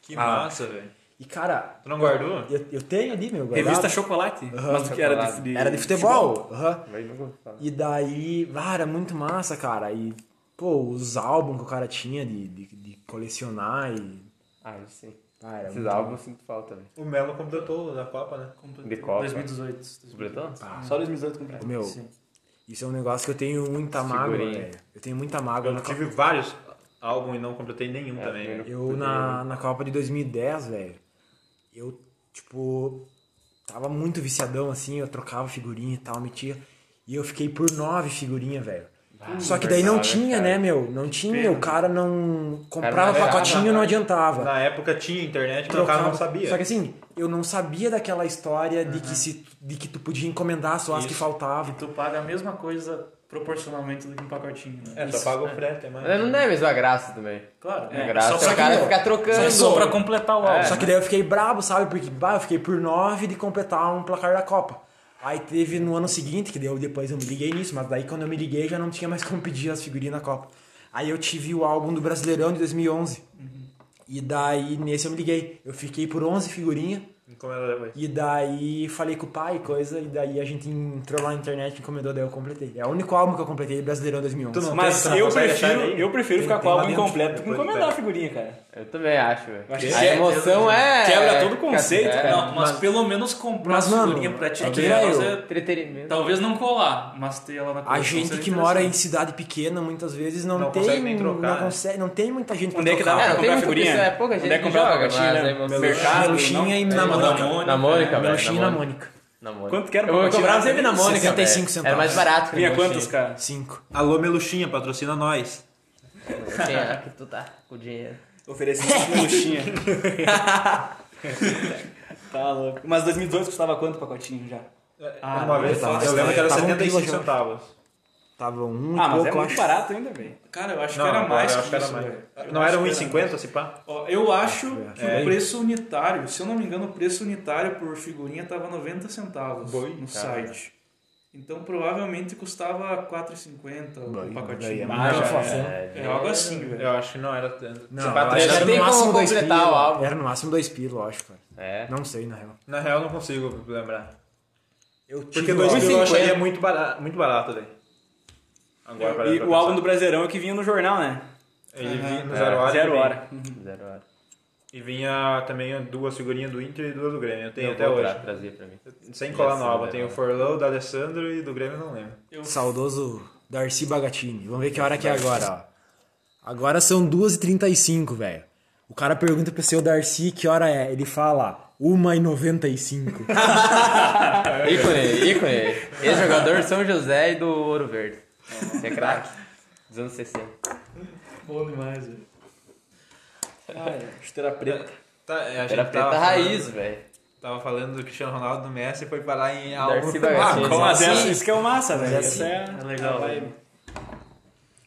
Speaker 5: que
Speaker 2: Ah.
Speaker 5: massa, velho.
Speaker 2: E cara,
Speaker 5: Tu não guardou?
Speaker 2: eu, eu tenho ali, meu, guardado.
Speaker 1: Revista Chocolate? Mas do que era de,
Speaker 3: Chocolate.
Speaker 1: de...
Speaker 2: Era de futebol. Aham.
Speaker 3: Vai, nunca vou falar.
Speaker 2: E daí, ah, era muito massa, cara. E, pô, os álbuns que o cara tinha de, de, de colecionar e.
Speaker 3: Ah, isso sim.
Speaker 2: Ah, era
Speaker 3: Esses
Speaker 2: muito-
Speaker 3: álbuns eu sinto falta, velho.
Speaker 5: O Melo completou o da Copa, né?
Speaker 4: Completou.
Speaker 3: De Copa.
Speaker 4: 2018.
Speaker 3: Completou?
Speaker 1: Só 2018 completo.
Speaker 2: Meu,
Speaker 4: Sim.
Speaker 2: isso é um negócio que eu tenho muita mágoa,
Speaker 3: Figurinha.
Speaker 2: velho. Eu tenho muita mágoa.
Speaker 5: Eu
Speaker 2: na
Speaker 5: tive vários álbuns e não completei nenhum
Speaker 3: É,
Speaker 5: também.
Speaker 3: também
Speaker 5: velho.
Speaker 2: Copa- eu na, na Copa de 2010, velho, eu, tipo, tava muito viciadão, assim, eu trocava figurinha e tal, metia. E eu fiquei por nove figurinhas, velho. Só que daí não
Speaker 3: verdade,
Speaker 2: tinha,
Speaker 3: cara.
Speaker 2: né, meu? Não tinha, o cara não comprava
Speaker 3: não
Speaker 2: pacotinho e
Speaker 5: achava.
Speaker 2: não adiantava.
Speaker 5: Na época tinha internet, mas o
Speaker 2: trocava.
Speaker 5: cara não sabia. Uhum.
Speaker 2: Só que assim, eu não sabia daquela história de, que se, de que tu podia encomendar só as que
Speaker 5: Isso.
Speaker 4: E
Speaker 2: faltavam.
Speaker 4: tu paga a mesma coisa proporcionalmente do que um pacotinho, né?
Speaker 5: É, só paga o frete, mas...
Speaker 3: Mas não deve a mesma graça também.
Speaker 4: Claro.
Speaker 3: A
Speaker 4: É,
Speaker 3: graça
Speaker 4: só
Speaker 3: é
Speaker 4: pra
Speaker 3: o cara
Speaker 2: que-
Speaker 3: ficar trocando.
Speaker 4: É só pra completar o álbum.
Speaker 3: É.
Speaker 2: Só que daí eu fiquei brabo, sabe? Porque bah, eu fiquei por nove de completar um placar da Copa. Aí teve no ano seguinte, que daí eu- depois eu me liguei nisso, mas daí quando eu me liguei já não tinha mais como pedir as figurinhas na Copa. Aí eu tive o álbum do Brasileirão de 2011. E daí nesse eu me liguei. Eu fiquei por 11 figurinhas.
Speaker 5: Encomenda depois.
Speaker 2: E daí falei com o pai, coisa, e daí a gente entrou lá na internet, encomendou, daí eu completei. É o único álbum que eu completei de Brasileirão 2011.
Speaker 5: Tu não
Speaker 1: Mas
Speaker 5: tem, tu não
Speaker 1: eu
Speaker 5: consegue achar
Speaker 1: prefiro,
Speaker 5: daí?
Speaker 1: eu prefiro
Speaker 2: Tem-
Speaker 1: ficar com
Speaker 2: tem
Speaker 1: o
Speaker 2: lá
Speaker 1: álbum
Speaker 2: dentro,
Speaker 1: incompleto que
Speaker 5: depois
Speaker 1: encomendar a
Speaker 5: pega.
Speaker 1: figurinha, cara.
Speaker 3: Eu também acho, velho.
Speaker 1: Eu acho que
Speaker 3: A
Speaker 1: quebra-
Speaker 3: emoção é.
Speaker 1: quebra todo o conceito. né?
Speaker 3: É,
Speaker 4: Não, mas, pelo menos comprar
Speaker 2: Mas, mano,
Speaker 4: figurinha pra ti.
Speaker 2: é que,
Speaker 4: que
Speaker 2: velho,
Speaker 4: fazer-
Speaker 3: Entretenimento.
Speaker 4: Talvez não colar, mas ter ela na
Speaker 2: A
Speaker 4: coleção
Speaker 2: gente
Speaker 4: seria
Speaker 2: que mora em
Speaker 4: é interessante.
Speaker 2: cidade pequena muitas vezes não,
Speaker 5: Não
Speaker 2: tem.
Speaker 5: consegue nem trocar,
Speaker 2: não,
Speaker 5: né?
Speaker 2: consegue, não tem muita gente
Speaker 1: Onde é
Speaker 2: pra
Speaker 1: que dá
Speaker 2: trocar.
Speaker 1: pra
Speaker 3: É, não tem
Speaker 1: comprar
Speaker 3: muita
Speaker 1: figurinha?
Speaker 3: pessoa, é pouca
Speaker 1: Onde
Speaker 3: gente
Speaker 1: é
Speaker 3: que
Speaker 1: que comprar
Speaker 3: joga,
Speaker 1: pacotinho,
Speaker 3: mas
Speaker 1: né?
Speaker 3: é emoção.
Speaker 1: Mercado,
Speaker 2: Meluchinha
Speaker 1: não?
Speaker 2: e
Speaker 1: É,
Speaker 2: na Mônica.
Speaker 3: Na Mônica, velho.
Speaker 2: Meluchinha
Speaker 3: na
Speaker 2: na
Speaker 3: Mônica.
Speaker 2: Mônica.
Speaker 3: Na Mônica.
Speaker 1: Quanto que era
Speaker 3: Eu vou
Speaker 1: pra
Speaker 3: comprar
Speaker 1: comprar?
Speaker 3: sempre na Mônica.
Speaker 2: 65
Speaker 3: velho.
Speaker 2: centavos.
Speaker 3: Era mais barato que
Speaker 1: Vinha
Speaker 3: na
Speaker 1: quantos,
Speaker 3: Mônica.
Speaker 1: cara?
Speaker 2: Cinco.
Speaker 5: Alô, Meluchinha, patrocina nós.
Speaker 3: Quem é que tu tá com dinheiro?
Speaker 1: Oferecimento de luxinha. tá louco. Mas 2012 custava quanto o pacotinho já?
Speaker 4: Ah,
Speaker 5: É, Uma vez,
Speaker 2: tava-
Speaker 5: eu lembro que era
Speaker 2: tava um
Speaker 5: 75
Speaker 2: quilo, já.
Speaker 5: centavos.
Speaker 2: Tava um e
Speaker 1: Ah, mas
Speaker 2: pouco,
Speaker 1: é
Speaker 2: eu
Speaker 1: muito
Speaker 2: acho.
Speaker 1: barato ainda, velho.
Speaker 4: Cara, eu acho
Speaker 5: Não,
Speaker 4: que era
Speaker 5: agora
Speaker 4: mais
Speaker 5: eu
Speaker 4: que
Speaker 5: acho que era
Speaker 4: isso,
Speaker 5: mais.
Speaker 4: velho. Eu
Speaker 5: Não
Speaker 4: acho
Speaker 5: era
Speaker 4: que
Speaker 5: 1,50 se pá?
Speaker 4: Ó, Eu acho que
Speaker 5: É.
Speaker 4: o preço unitário, se eu não me engano, o preço unitário por figurinha tava 90 centavos
Speaker 5: Boi, cara.
Speaker 4: no site. Então provavelmente custava 4,50
Speaker 2: Boi,
Speaker 4: o
Speaker 2: daí é
Speaker 4: um pacotinho.
Speaker 2: mais
Speaker 4: é,
Speaker 2: inflação.
Speaker 4: é algo assim, velho.
Speaker 5: Eu acho que não era tanto.
Speaker 2: Não,
Speaker 5: Se
Speaker 2: eu
Speaker 5: pá,
Speaker 2: acho
Speaker 5: três
Speaker 2: que era
Speaker 3: já
Speaker 5: era
Speaker 2: no
Speaker 3: tem como
Speaker 2: máximo dois
Speaker 3: completar o
Speaker 2: pila.
Speaker 3: álbum.
Speaker 2: Era no máximo dois pila, eu acho, cara.
Speaker 1: assim?
Speaker 3: É.
Speaker 2: Não sei, na real.
Speaker 5: Na real, não consigo lembrar.
Speaker 2: Eu tive
Speaker 5: Porque
Speaker 2: o
Speaker 5: 2
Speaker 2: álbum.
Speaker 5: mil eu
Speaker 3: 1,50.
Speaker 5: acharia muito barato, muito barato daí. Agora parece
Speaker 1: E
Speaker 5: pra
Speaker 1: o álbum
Speaker 5: pensar.
Speaker 1: do Brasileirão é que vinha no jornal, né?
Speaker 5: Ele vinha no
Speaker 3: É.
Speaker 5: zero hora. e
Speaker 1: Zero
Speaker 5: vinha-
Speaker 1: hora.
Speaker 3: Zero hora.
Speaker 5: E vinha também duas figurinhas do Inter e duas do Grêmio. Eu tenho
Speaker 3: Eu
Speaker 5: até
Speaker 3: vou
Speaker 5: hoje.
Speaker 3: tra- trazer pra mim.
Speaker 5: Sem colar no
Speaker 3: Essa
Speaker 5: álbum.
Speaker 3: é
Speaker 5: Tem o
Speaker 3: verdade.
Speaker 5: Forlão, da Alessandro e do Grêmio eu não lembro.
Speaker 4: Eu
Speaker 2: Saudoso Darcy Bagatini. Vamos ver que hora que é agora, ó. Agora são 2h35, velho. O cara pergunta pro seu Darcy que hora é. Ele fala, 1h95.
Speaker 3: Ícone, ícone. Ex-jogador de São José e do Ouro Verde. Você é craque. Dos anos 60.
Speaker 4: bom demais, velho.
Speaker 1: Chuteira preta.
Speaker 5: Tá, é, a gente
Speaker 3: Era
Speaker 5: tava
Speaker 3: preta
Speaker 5: falando-
Speaker 3: raiz, velho.
Speaker 5: Tava falando do Cristiano Ronaldo, do Messi e foi parar em álbum.
Speaker 3: Darcy Bagatini.
Speaker 5: como
Speaker 1: Mas
Speaker 5: assim?
Speaker 1: essa, isso que é o massa, velho.
Speaker 2: é
Speaker 1: Essa
Speaker 3: assim,
Speaker 1: é,
Speaker 4: É legal,
Speaker 3: né?
Speaker 1: a
Speaker 4: velho.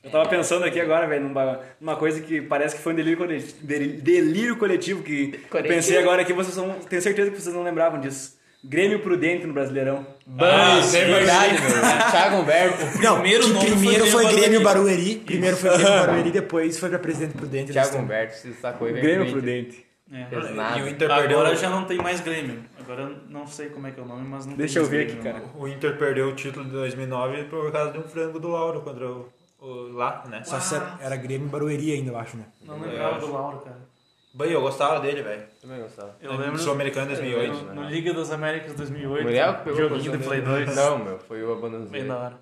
Speaker 1: Eu tava pensando aqui agora, velho, numa, numa coisa que parece que foi um delírio coletivo. Delírio coletivo que eu
Speaker 3: Coletivo.
Speaker 1: pensei agora que vocês não. Tenho certeza que vocês não lembravam disso. Grêmio Prudente no Brasileirão.
Speaker 5: Ah, sempre
Speaker 3: Verdade, meu. Thiago Humberto.
Speaker 2: Não,
Speaker 4: primeiro
Speaker 2: que
Speaker 4: nome
Speaker 2: primeiro
Speaker 4: foi
Speaker 2: foi Grêmio
Speaker 4: Grêmio
Speaker 2: Barueri. Primeiro foi Grêmio Barueri, depois foi pra Presidente Prudente.
Speaker 3: Thiago Humberto, se sacou e veio
Speaker 1: Grêmio
Speaker 3: pro Inter.
Speaker 1: Prudente.
Speaker 4: É.
Speaker 3: Fez nada.
Speaker 5: E o Inter
Speaker 4: Agora
Speaker 5: perdeu. um-
Speaker 4: já não tem mais Grêmio. Agora eu não sei como é que é o nome, mas não
Speaker 1: Deixa
Speaker 4: tem
Speaker 1: eu ver
Speaker 4: mais
Speaker 1: aqui,
Speaker 4: Grêmio,
Speaker 1: cara.
Speaker 5: O Inter perdeu o título de 2009 por causa de um frango do Lauro contra o, o lá, né?
Speaker 2: Só se era, era Grêmio Barueri ainda, eu acho, né?
Speaker 4: Não,
Speaker 5: Eu
Speaker 4: não lembrava
Speaker 5: acho.
Speaker 4: do Lauro, cara.
Speaker 5: Bem, eu gostava dele, velho.
Speaker 3: Também gostava.
Speaker 4: Eu lembro
Speaker 5: Sul-Americano 2008.
Speaker 4: no, no Liga das Américas 2008.
Speaker 3: Muriel que pegou
Speaker 4: né? joguinho
Speaker 3: o
Speaker 4: de Play 2.
Speaker 3: Não, meu. Foi o abandono
Speaker 4: Bem da hora.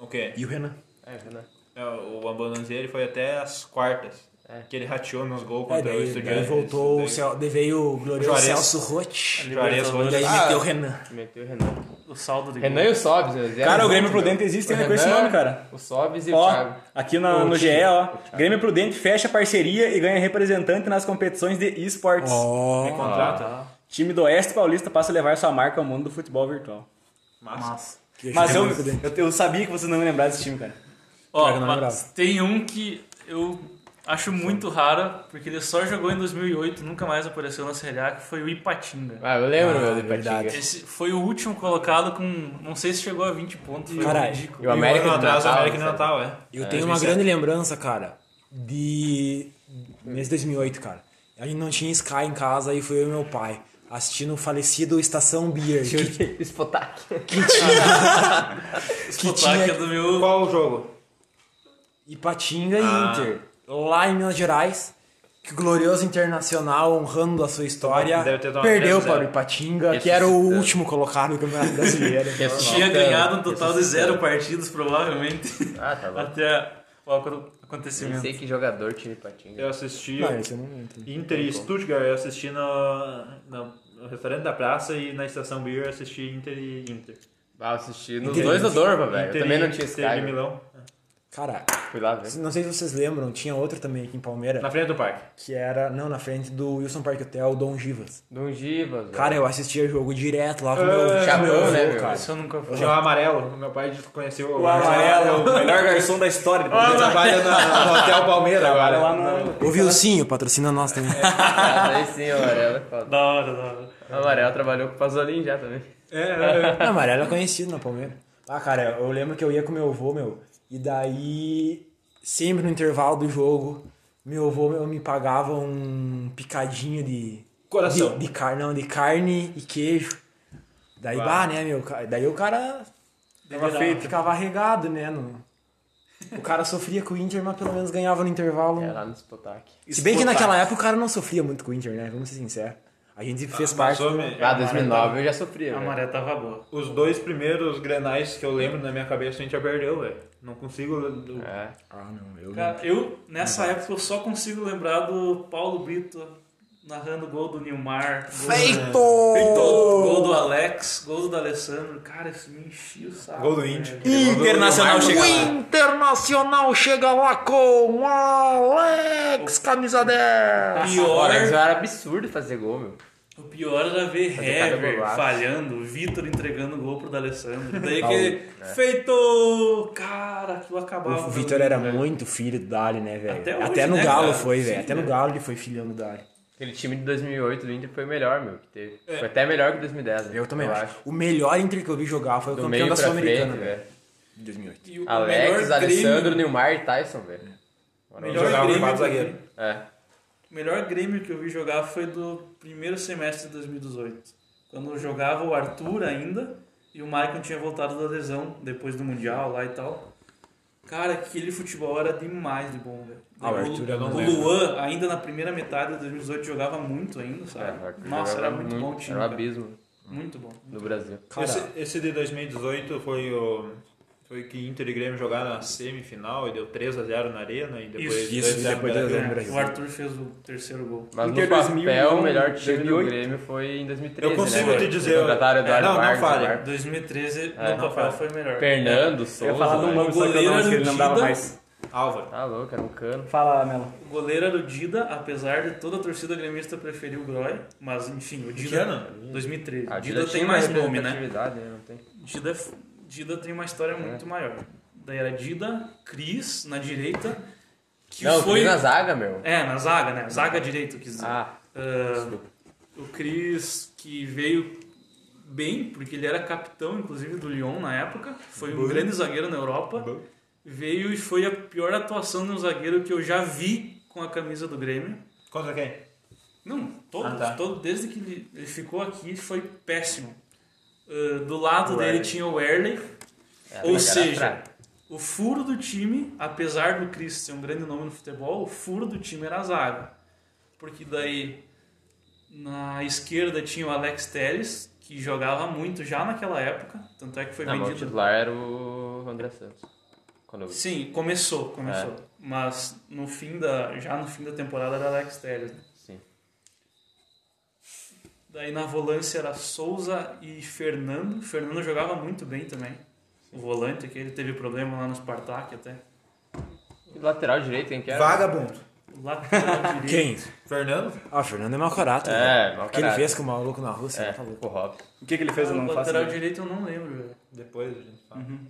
Speaker 5: O quê?
Speaker 2: E o Renan?
Speaker 3: É, Renan.
Speaker 5: É, O Abandonzieri foi até as quartas. Que ele rateou nos gols
Speaker 2: É,
Speaker 5: contra o
Speaker 2: daí, daí
Speaker 5: Estudiantes.
Speaker 2: voltou
Speaker 5: daí-
Speaker 2: o Cel... daí veio o glorioso
Speaker 5: Juarez.
Speaker 2: Celso Rotti.
Speaker 5: Juarez,
Speaker 2: E daí
Speaker 5: Rodrigues.
Speaker 2: meteu o Renan.
Speaker 3: Meteu o Renan.
Speaker 4: O saldo de
Speaker 3: Renan e o Sobs. eles eram
Speaker 1: Cara, o
Speaker 3: bons,
Speaker 1: Grêmio
Speaker 3: né?
Speaker 1: Prudente existe
Speaker 3: O
Speaker 1: ainda com esse
Speaker 3: Renan,
Speaker 1: nome, cara.
Speaker 3: O Sobs e o
Speaker 1: Ó,
Speaker 3: Thiago.
Speaker 1: aqui na,
Speaker 3: O
Speaker 1: no
Speaker 3: Thiago.
Speaker 1: GE, ó. Grêmio Prudente fecha parceria e ganha representante nas competições de esportes.
Speaker 5: Me
Speaker 2: Ó,
Speaker 4: Ah,
Speaker 5: contrata.
Speaker 3: tá?
Speaker 1: Time do Oeste Paulista passa a levar sua marca ao mundo do futebol virtual.
Speaker 5: Massa.
Speaker 2: que
Speaker 1: Mas eu,
Speaker 2: chegou no Prudente.
Speaker 1: eu, eu sabia que vocês não iam lembrar desse time, cara.
Speaker 4: Ó,
Speaker 2: Pior que não
Speaker 4: mas
Speaker 2: lembrava.
Speaker 4: tem um que eu acho muito raro, porque ele só jogou em 2008, nunca mais apareceu na Série A, que foi o Ipatinga.
Speaker 3: Ah, eu lembro,
Speaker 2: Ah,
Speaker 3: meu, do
Speaker 2: verdade.
Speaker 3: Ipatinga.
Speaker 4: Esse foi o último colocado com, não sei se chegou a 20 pontos, foi
Speaker 2: Caralho.
Speaker 4: ridículo.
Speaker 3: E o América
Speaker 5: um ano
Speaker 3: do
Speaker 5: atrás,
Speaker 3: Natal,
Speaker 5: o América de
Speaker 3: sabe?
Speaker 5: Natal, é.
Speaker 2: Eu tenho uma grande lembrança, cara, de. mês de 2008, cara. A gente não tinha Sky em casa e fui eu e meu pai assistindo o falecido Estação Beer. Que,
Speaker 3: Spotak.
Speaker 2: que
Speaker 4: Sotaque
Speaker 2: tinha
Speaker 4: do meu...
Speaker 5: Qual o jogo?
Speaker 2: Ipatinga e
Speaker 5: Ah.
Speaker 2: Inter, lá em Minas Gerais. Que o glorioso internacional, honrando a sua história,
Speaker 5: Deve ter tomado
Speaker 2: perdeu
Speaker 5: 3-0.
Speaker 2: para o Ipatinga, que era o último colocado do Campeonato Brasileiro.
Speaker 4: Tinha ganhado um total
Speaker 3: é
Speaker 4: de zero partidos, provavelmente,
Speaker 3: Ah, tá bom.
Speaker 4: até o acro-
Speaker 3: Nem
Speaker 4: acontecimento.
Speaker 3: sei que jogador tinha o Ipatinga.
Speaker 5: Eu assisti
Speaker 2: Não, esse eu não lembro.
Speaker 5: Inter e Stuttgart, eu assisti no, no, no restaurante da praça e na estação Beer eu assisti Inter e Inter.
Speaker 3: Ah, eu assisti nos
Speaker 2: Inter-
Speaker 3: dois do Dorva, velho.
Speaker 5: Inter
Speaker 3: Eu também
Speaker 5: e-
Speaker 3: não tinha
Speaker 5: Inter de
Speaker 3: Sky.
Speaker 5: Milão.
Speaker 2: Cara,
Speaker 3: Fui lá ver.
Speaker 2: não sei se vocês lembram, tinha outro também aqui em Palmeira,
Speaker 5: Na frente do parque.
Speaker 2: que era, não, na frente do Wilson Park Hotel, Dom Givas.
Speaker 3: Dongivas, velho.
Speaker 2: Cara, eu assistia jogo direto lá com o meu, com
Speaker 3: Chavão,
Speaker 2: meu avô,
Speaker 3: né, meu?
Speaker 2: cara.
Speaker 4: Isso eu nunca fui.
Speaker 5: Tinha o amarelo. Meu pai conheceu
Speaker 1: O amarelo, o melhor garçom da história.
Speaker 5: Ele trabalha na- no Hotel Palmeira agora.
Speaker 1: Lá no...
Speaker 3: é
Speaker 2: Ô, Vilcinho, patrocina nós também.
Speaker 3: Ah, Aí sim, o Amarelo é foda.
Speaker 4: Da hora, da hora.
Speaker 3: O Amarelo trabalhou com o Pasolini já também.
Speaker 2: Não, amarelo é conhecido na Palmeiras. Ah, cara, eu lembro que eu ia com meu avô, meu, e daí, sempre no intervalo do jogo, meu avô meu, me pagava um picadinho de.
Speaker 5: Coração.
Speaker 2: De, de carne, não, de carne e queijo. Daí,
Speaker 5: Bah.
Speaker 2: bah, né, meu? ca- Daí o cara
Speaker 1: Tava feito.
Speaker 2: ficava arregado, né? no- O cara sofria com o Inter, mas pelo menos ganhava no intervalo.
Speaker 3: É, lá no Spotak.
Speaker 2: Se bem que naquela época o cara não sofria muito com o Inter, né? Vamos ser sinceros. A gente fez parte.
Speaker 5: Passou,
Speaker 2: do-
Speaker 5: me-
Speaker 3: Ah, 2009 eu já né? sofria,
Speaker 4: A
Speaker 3: velho.
Speaker 4: maré tava boa.
Speaker 5: Os dois primeiros grenais que eu lembro na minha cabeça a gente já perdeu, velho. Não consigo.
Speaker 3: É.
Speaker 2: Ah, não, eu.
Speaker 4: Cara, eu, nessa
Speaker 2: Uhum.
Speaker 4: época, eu só consigo lembrar do Paulo Brito narrando gol do Nilmar. gol do- Gol,
Speaker 2: Feito!
Speaker 4: gol do Alex, gol do D'Alessandro. Cara, isso me enchia o saco.
Speaker 5: Gol do
Speaker 4: velho.
Speaker 5: Inter.
Speaker 1: Internacional chega lá.
Speaker 2: O Internacional chega lá com Alex, camisa 10.
Speaker 3: Pô,
Speaker 4: Pior,
Speaker 3: mas era absurdo fazer gol, meu.
Speaker 4: o pior era ver
Speaker 3: Fazer cada
Speaker 4: Hever
Speaker 3: golaço.
Speaker 4: falhando, o Vitor entregando gol pro D'Alessandro. Daí que feito! Cara, aquilo acabava.
Speaker 2: né? O Vitor era muito filho do Dali, né, velho?
Speaker 4: Até
Speaker 2: Até,
Speaker 4: hoje,
Speaker 2: no
Speaker 4: né,
Speaker 2: Galo
Speaker 4: cara?
Speaker 2: foi,
Speaker 4: Sim,
Speaker 2: velho. Até
Speaker 4: né?
Speaker 2: no Galo ele foi filhão do Dali.
Speaker 3: Aquele time de 2008 do Inter foi o melhor, meu, que teve. Foi até melhor que 2010, né?
Speaker 2: Eu também acho. O melhor Inter que eu vi jogar foi o
Speaker 3: Do
Speaker 2: campeão
Speaker 3: meio
Speaker 2: da
Speaker 3: pra
Speaker 2: Sul-Americana,
Speaker 3: frente, né?
Speaker 2: velho.
Speaker 3: velho.
Speaker 2: 2008.
Speaker 4: E o
Speaker 3: Alex,
Speaker 4: melhor
Speaker 3: Alessandro,
Speaker 4: Grêmio,
Speaker 3: Neymar e Tyson, velho.
Speaker 4: melhor
Speaker 2: um
Speaker 5: Jogava com
Speaker 4: Grêmio
Speaker 5: quatro
Speaker 4: que eu
Speaker 5: zagueiros.
Speaker 4: vi-
Speaker 3: É.
Speaker 4: o melhor Grêmio que eu vi jogar foi do primeiro semestre de 2018. Quando jogava o Arthur ainda e o Maicon tinha voltado da lesão depois do Mundial lá e tal. Cara, aquele futebol era demais de bom, velho.
Speaker 2: Ah, o
Speaker 4: Daí
Speaker 2: Arthur eu não
Speaker 4: o
Speaker 2: lembro.
Speaker 4: Luan, ainda na primeira metade de 2018, jogava muito ainda, sabe?
Speaker 3: É, Arthur
Speaker 4: Nossa,
Speaker 3: jogava
Speaker 4: era muito, bom o time.
Speaker 3: Era um
Speaker 4: cara.
Speaker 3: abismo
Speaker 4: Muito bom.
Speaker 3: no Brasil.
Speaker 2: Cara,
Speaker 5: Esse, esse de 2018 foi o. Foi que Inter e Grêmio jogaram na semifinal e deu 3x0 na arena e depois
Speaker 4: Isso,
Speaker 5: 2 a 0
Speaker 2: depois
Speaker 5: no
Speaker 2: 2 a 0
Speaker 5: Brasil.
Speaker 2: no Brasil.
Speaker 4: O Arthur fez o terceiro gol.
Speaker 3: Mas
Speaker 1: Inter
Speaker 3: no papel,
Speaker 1: 2001,
Speaker 3: o melhor time
Speaker 1: 2008.
Speaker 3: do Grêmio foi em 2013,
Speaker 5: Eu consigo
Speaker 3: né,
Speaker 5: te
Speaker 3: velho?
Speaker 5: dizer,
Speaker 3: Contrataram
Speaker 5: é,
Speaker 3: Eduardo
Speaker 5: não, não
Speaker 3: Vargas,
Speaker 5: fale.
Speaker 3: Eduardo-
Speaker 4: 2013,
Speaker 3: É,
Speaker 4: no papel, foi melhor.
Speaker 3: Fernando,
Speaker 1: Eu ia
Speaker 3: Souza.
Speaker 1: falar de um
Speaker 3: velho.
Speaker 1: nome, só que eu não, que ele não dava
Speaker 4: Goleiro
Speaker 1: mais.
Speaker 5: Álvaro.
Speaker 3: Tá louco, era um cano.
Speaker 1: Fala, Melo.
Speaker 4: O goleiro era o Dida, apesar de toda a torcida gremista preferir o Groy. Mas, enfim, o
Speaker 5: Que
Speaker 4: Dida...
Speaker 5: ano?
Speaker 4: 2013.
Speaker 3: Ah,
Speaker 4: Dida,
Speaker 3: Dida
Speaker 4: tem
Speaker 3: tinha
Speaker 4: mais
Speaker 3: uma
Speaker 4: nome, né?
Speaker 3: representatividade, né? Não tem.
Speaker 4: Dida, Dida tem uma história
Speaker 3: É.
Speaker 4: muito maior. Daí era Dida, Cris, na direita, que
Speaker 3: não,
Speaker 4: foi...
Speaker 3: foi na zaga, meu.
Speaker 4: É, na zaga, né? Zaga direito, quis dizer.
Speaker 3: Ah,
Speaker 4: Ah,
Speaker 3: desculpa.
Speaker 4: o Cris, que veio bem, porque ele era capitão, inclusive, do Lyon na época, foi um grande zagueiro na Europa, veio e foi a pior atuação de um zagueiro que eu já vi com a camisa do Grêmio.
Speaker 5: Contra quem?
Speaker 4: Não, todo,
Speaker 5: Ah, tá.
Speaker 4: todo, desde que ele, ele ficou aqui foi péssimo. Ah, do lado
Speaker 3: O
Speaker 4: dele
Speaker 3: Erley.
Speaker 4: tinha o Erley,
Speaker 3: É,
Speaker 4: ou
Speaker 3: era
Speaker 4: seja,
Speaker 3: atrás.
Speaker 4: o furo do time, apesar do Chris ser um grande nome no futebol, o furo do time era a zaga. Porque daí na esquerda tinha o Alex Telles, que jogava muito já naquela época, tanto é que foi
Speaker 3: Não, mas o
Speaker 4: vendido.
Speaker 3: titular era o É. André Santos. Quando eu vi.
Speaker 4: Sim, começou, começou. Mas no fim da, já no fim da temporada era Alex Telles. né?
Speaker 3: Sim.
Speaker 4: Daí na volância era Souza e Fernando. Fernando jogava muito bem também. O volante que ele teve problema lá no Spartak até.
Speaker 3: E lateral direito, quem que era?
Speaker 5: Vagabundo.
Speaker 4: Lateral direito.
Speaker 2: Quem?
Speaker 5: Fernando?
Speaker 2: Ah, o Fernando é mau caráter.
Speaker 3: É,
Speaker 2: velho.
Speaker 3: mau
Speaker 2: O que ele
Speaker 3: caráter.
Speaker 2: fez com o maluco na Rússia,
Speaker 3: É,
Speaker 2: né, tá louco.
Speaker 3: o Robson.
Speaker 1: O que, que ele fez? Eu
Speaker 4: Ah,
Speaker 1: não
Speaker 4: o
Speaker 1: faço
Speaker 4: lateral
Speaker 1: ideia.
Speaker 4: direito eu não lembro, velho.
Speaker 5: Depois a gente fala.
Speaker 4: Uhum.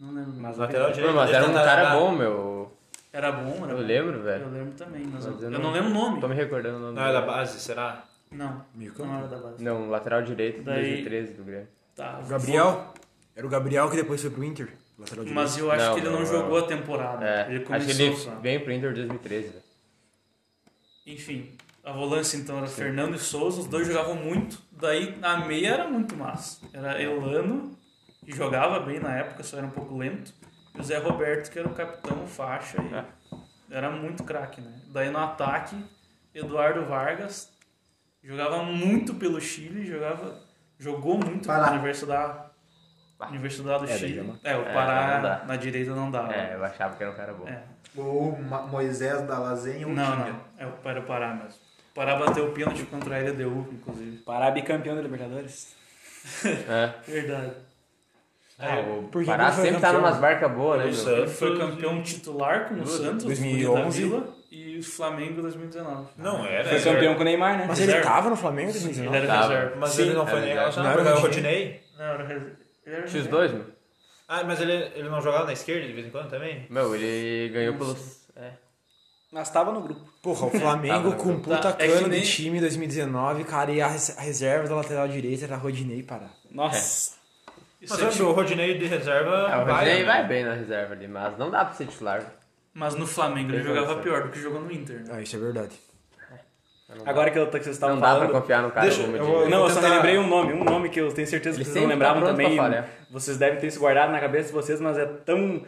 Speaker 4: Não lembro.
Speaker 1: Mas
Speaker 4: mesmo.
Speaker 5: Lateral direito. Tá,
Speaker 3: Pô, mas era um
Speaker 5: deixa eu
Speaker 3: cara
Speaker 5: tentar-
Speaker 3: bom, meu.
Speaker 4: Era bom, era
Speaker 3: Eu
Speaker 4: bom.
Speaker 3: lembro, velho.
Speaker 4: Eu lembro também, mas,
Speaker 3: Mas
Speaker 4: eu,
Speaker 3: eu
Speaker 4: eu
Speaker 3: não-
Speaker 4: não lembro o nome.
Speaker 3: Tô me recordando o nome
Speaker 5: Não, é da
Speaker 3: dele.
Speaker 5: base, será?
Speaker 4: Não, não era da base.
Speaker 3: Não, lateral direito,
Speaker 4: Daí-
Speaker 3: 2013 do Grêmio.
Speaker 4: Tá,
Speaker 2: O Gabriel? Era o Gabriel que depois foi pro Inter. Lateral direito.
Speaker 4: Mas eu acho
Speaker 3: Não,
Speaker 4: que ele não
Speaker 3: não,
Speaker 4: jogou a temporada.
Speaker 3: É,
Speaker 4: Ah, ele
Speaker 3: acho
Speaker 4: começou
Speaker 3: que ele
Speaker 4: só.
Speaker 3: veio pro Inter 2013, velho.
Speaker 4: Enfim, a volância então era Fernando e Souza, os dois jogavam muito. Daí a meia era muito massa. Era Elano, que jogava bem na época, só era um pouco lento. E o Zé Roberto, que era o capitão faixa. E era muito craque, né? Daí no ataque, Eduardo Vargas jogava muito pelo Chile, jogava jogou muito na Universidade,
Speaker 3: Bah.
Speaker 4: Universidade do
Speaker 2: É, daí já
Speaker 4: Chile.
Speaker 2: não-
Speaker 4: É, o
Speaker 3: É, não
Speaker 4: Pará
Speaker 3: dá.
Speaker 4: na direita não dá.
Speaker 3: É, eu achava que era um cara bom.
Speaker 4: Ah. É.
Speaker 6: Ou Ma- Moisés da Lazenha ou
Speaker 4: Não,
Speaker 6: Tinga.
Speaker 4: não. É o para o Pará mesmo. O Pará bateu o pênalti contra a LDU, inclusive.
Speaker 1: Pará bicampeão da Libertadores.
Speaker 3: É.
Speaker 4: Verdade.
Speaker 5: É,
Speaker 3: Ah, o
Speaker 2: Por que
Speaker 3: Pará
Speaker 2: que ele foi
Speaker 3: sempre tá
Speaker 2: campeão?
Speaker 3: numas barcas boas, né,
Speaker 5: Eu
Speaker 3: meu?
Speaker 5: sei.
Speaker 4: Ele
Speaker 5: Santos
Speaker 4: foi campeão titular com o
Speaker 3: Duas,
Speaker 4: Santos,
Speaker 2: 2011.
Speaker 4: Guri da Vila, e o Flamengo 2019.
Speaker 5: Não era.
Speaker 1: Foi
Speaker 5: era-
Speaker 1: campeão com o Neymar, né?
Speaker 2: Mas ele
Speaker 4: Reserva.
Speaker 2: tava no Flamengo em
Speaker 4: Ele
Speaker 2: 2019?
Speaker 4: era
Speaker 3: Tava.
Speaker 4: reserva.
Speaker 5: Mas
Speaker 2: Sim.
Speaker 5: ele não
Speaker 3: É
Speaker 5: foi nem.
Speaker 3: verdade.
Speaker 5: Não,
Speaker 2: Não
Speaker 5: não
Speaker 2: era
Speaker 5: era o
Speaker 2: Rodinei?
Speaker 5: Rodinei?
Speaker 4: Não, era reserva. Ele era reserva.
Speaker 3: X2, meu?
Speaker 5: Ah, mas ele, ele não jogava na esquerda de vez em quando também?
Speaker 3: Meu, ele ganhou pelos. É.
Speaker 1: Mas tava no grupo.
Speaker 2: Porra, o Flamengo
Speaker 3: Tava,
Speaker 2: com um puta
Speaker 4: Tá, é que
Speaker 2: cano
Speaker 4: nem-
Speaker 2: de time em 2019, cara, e a res- a reserva da lateral direita era Rodinei Pará.
Speaker 1: Nossa.
Speaker 4: Isso
Speaker 5: Mas
Speaker 4: é
Speaker 5: sabe,
Speaker 4: tipo-
Speaker 5: o Rodinei de reserva.
Speaker 3: Ah, o
Speaker 5: vai,
Speaker 3: Rodinei
Speaker 5: né?
Speaker 3: vai bem na reserva ali, mas não dá pra ser titular.
Speaker 4: Mas no Flamengo ele
Speaker 3: Ele
Speaker 4: jogava
Speaker 3: vai ser.
Speaker 4: pior do que jogou no Inter. né?
Speaker 2: Ah, isso é verdade.
Speaker 1: Agora que eu tô que vocês estavam
Speaker 3: Não dá
Speaker 1: Tá falando.
Speaker 3: pra confiar no cara
Speaker 5: Deixa-
Speaker 3: como
Speaker 5: eu
Speaker 3: Diniz.
Speaker 5: vou-
Speaker 1: Não, eu só
Speaker 5: tentar-
Speaker 1: lembrei um nome, um nome que eu tenho certeza que
Speaker 3: Ele
Speaker 1: vocês não
Speaker 3: sempre tá
Speaker 1: lembravam
Speaker 3: pronto pra
Speaker 1: também.
Speaker 3: falhar.
Speaker 1: Vocês devem ter isso guardado na cabeça de vocês, mas é tão